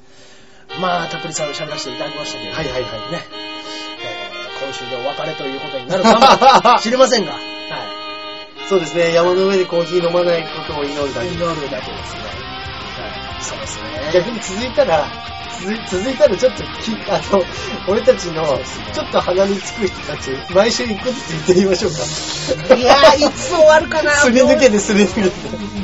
[SPEAKER 1] まあ、たっぷりさんを喋らせていただきましたけれども、
[SPEAKER 2] はいはいはい
[SPEAKER 1] ね。えー今週でお別れということになるか もしれませんが、はい。
[SPEAKER 2] そうですね、山の上でコーヒー飲まないことを祈るだけ。
[SPEAKER 1] 祈るだけですね。はい。そうです
[SPEAKER 2] 逆
[SPEAKER 1] ね。
[SPEAKER 2] に続いたら、続い続いたらちょっとき、あの、俺たちの
[SPEAKER 1] そうですね、
[SPEAKER 2] ちょっと鼻につく人たち、毎週一個ずつ言ってみましょうか。
[SPEAKER 1] いやー、いつ終わるかな
[SPEAKER 2] すり抜けてすり抜けて。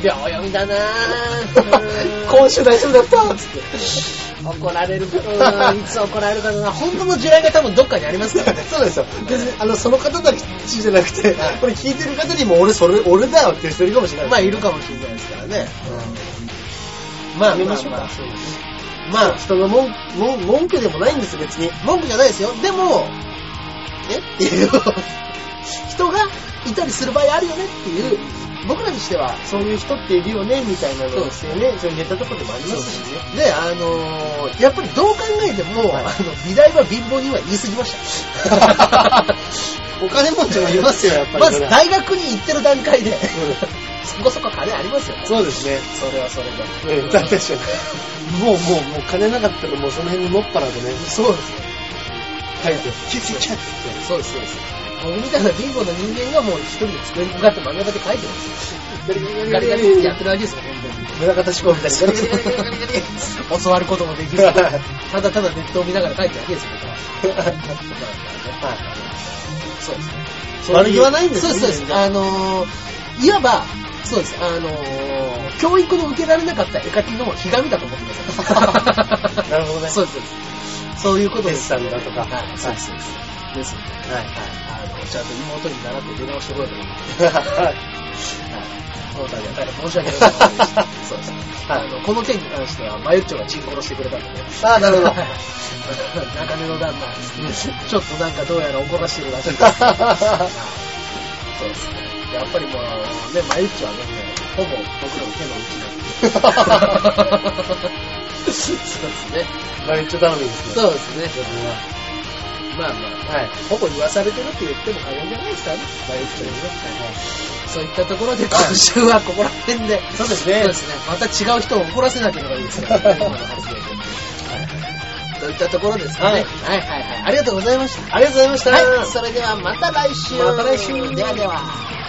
[SPEAKER 1] 秒読みだなー
[SPEAKER 2] 今週大丈夫だったっつって。
[SPEAKER 1] 怒られるかなーいつ怒られるかなー本当の地雷が多分どっかにありますからね。
[SPEAKER 2] そうなんですよ。別に、あの、その方たちじゃなくて、これ聞いてる方にも俺、それ、俺だよっていう人いるかもしれない。
[SPEAKER 1] まあ、いるかもしれないですからね。まあ、
[SPEAKER 2] やめ
[SPEAKER 1] ま
[SPEAKER 2] ま
[SPEAKER 1] あ
[SPEAKER 2] しょう
[SPEAKER 1] ま
[SPEAKER 2] か
[SPEAKER 1] あ。。
[SPEAKER 2] ま
[SPEAKER 1] ま
[SPEAKER 2] あ、
[SPEAKER 1] あ、
[SPEAKER 2] 人の文文文句でもないんですよ、別に。
[SPEAKER 1] 文句じゃないですよ。でも、えっていう、人がいたりする場合あるよねっていう、僕らにしては、
[SPEAKER 2] そういう人っているよね、みたいなのをですよね。そういうネタとかでもありま
[SPEAKER 1] そうです
[SPEAKER 2] し
[SPEAKER 1] すね。で、あのーやっぱりどう考えても、あの、美大は貧乏人は言い過ぎま した。
[SPEAKER 2] お金持ちもいますよ、やっぱり。
[SPEAKER 1] まず大学に行ってる段階で、そこそこ金あり ますよ。
[SPEAKER 2] そうですね。
[SPEAKER 1] それはそれ
[SPEAKER 2] え
[SPEAKER 1] で。
[SPEAKER 2] え、確かに。もう、もう、もう金なかったらもうその辺にもっぱらでね、
[SPEAKER 1] そうですよ。
[SPEAKER 2] 書いて、キュッキュッキュッって。
[SPEAKER 1] そうです、そうです。僕みたいな貧乏な人間がもう一人で机に向かって漫画だけ書いてるんで すよ。ガリガリってやってるわけですよ、本当に。
[SPEAKER 2] 村方志向みたい
[SPEAKER 1] ガリガリガリガリガリガリって教わることもできず、ただただネットを見ながら書いてるわけですよ、僕は。そうですね。
[SPEAKER 2] 悪気はないんですね
[SPEAKER 1] そうです、そうです。
[SPEAKER 2] 全然
[SPEAKER 1] あのー、いわば、そうです。あのー、教育の受けられなかった絵描きのひがみだと思ってください。
[SPEAKER 2] なるほどね
[SPEAKER 1] そうです、そうです。そういうことです。
[SPEAKER 2] デッサンだとか
[SPEAKER 1] はい、そうです、そうです。ですので、
[SPEAKER 2] はい
[SPEAKER 1] はい。あの、ちゃんと妹に習って出直してこようと思って。
[SPEAKER 2] はい。
[SPEAKER 1] はい。この度は大変申し訳ないと思いましたそうですね。
[SPEAKER 2] はい
[SPEAKER 1] あの、この件に関しては、マユッチョがチンコロしてくれたので。
[SPEAKER 2] あーなるほど
[SPEAKER 1] はい 中根の旦那ですね。ちょっとなんかどうやら怒らしてるらしい です。そうですね。やっぱりもう、ね、マユッチョはね、ほぼ僕の手の内なんで。 そうですね。
[SPEAKER 2] まあ一応頼みですね。
[SPEAKER 1] そうですね。まあまあ、はい。ほぼ言わされてるって言っても過言じゃないですからね。マユッチョにね。はいそういったところで今週はここら辺で。
[SPEAKER 2] そうですね
[SPEAKER 1] そうですね。また違う人を怒らせなければいいですから ね。今の発言でといったところですかね。はいはいはい。ありがとうございました。
[SPEAKER 2] ありがとうございました。
[SPEAKER 1] はい。それではまた来週。
[SPEAKER 2] また来週
[SPEAKER 1] ではでは。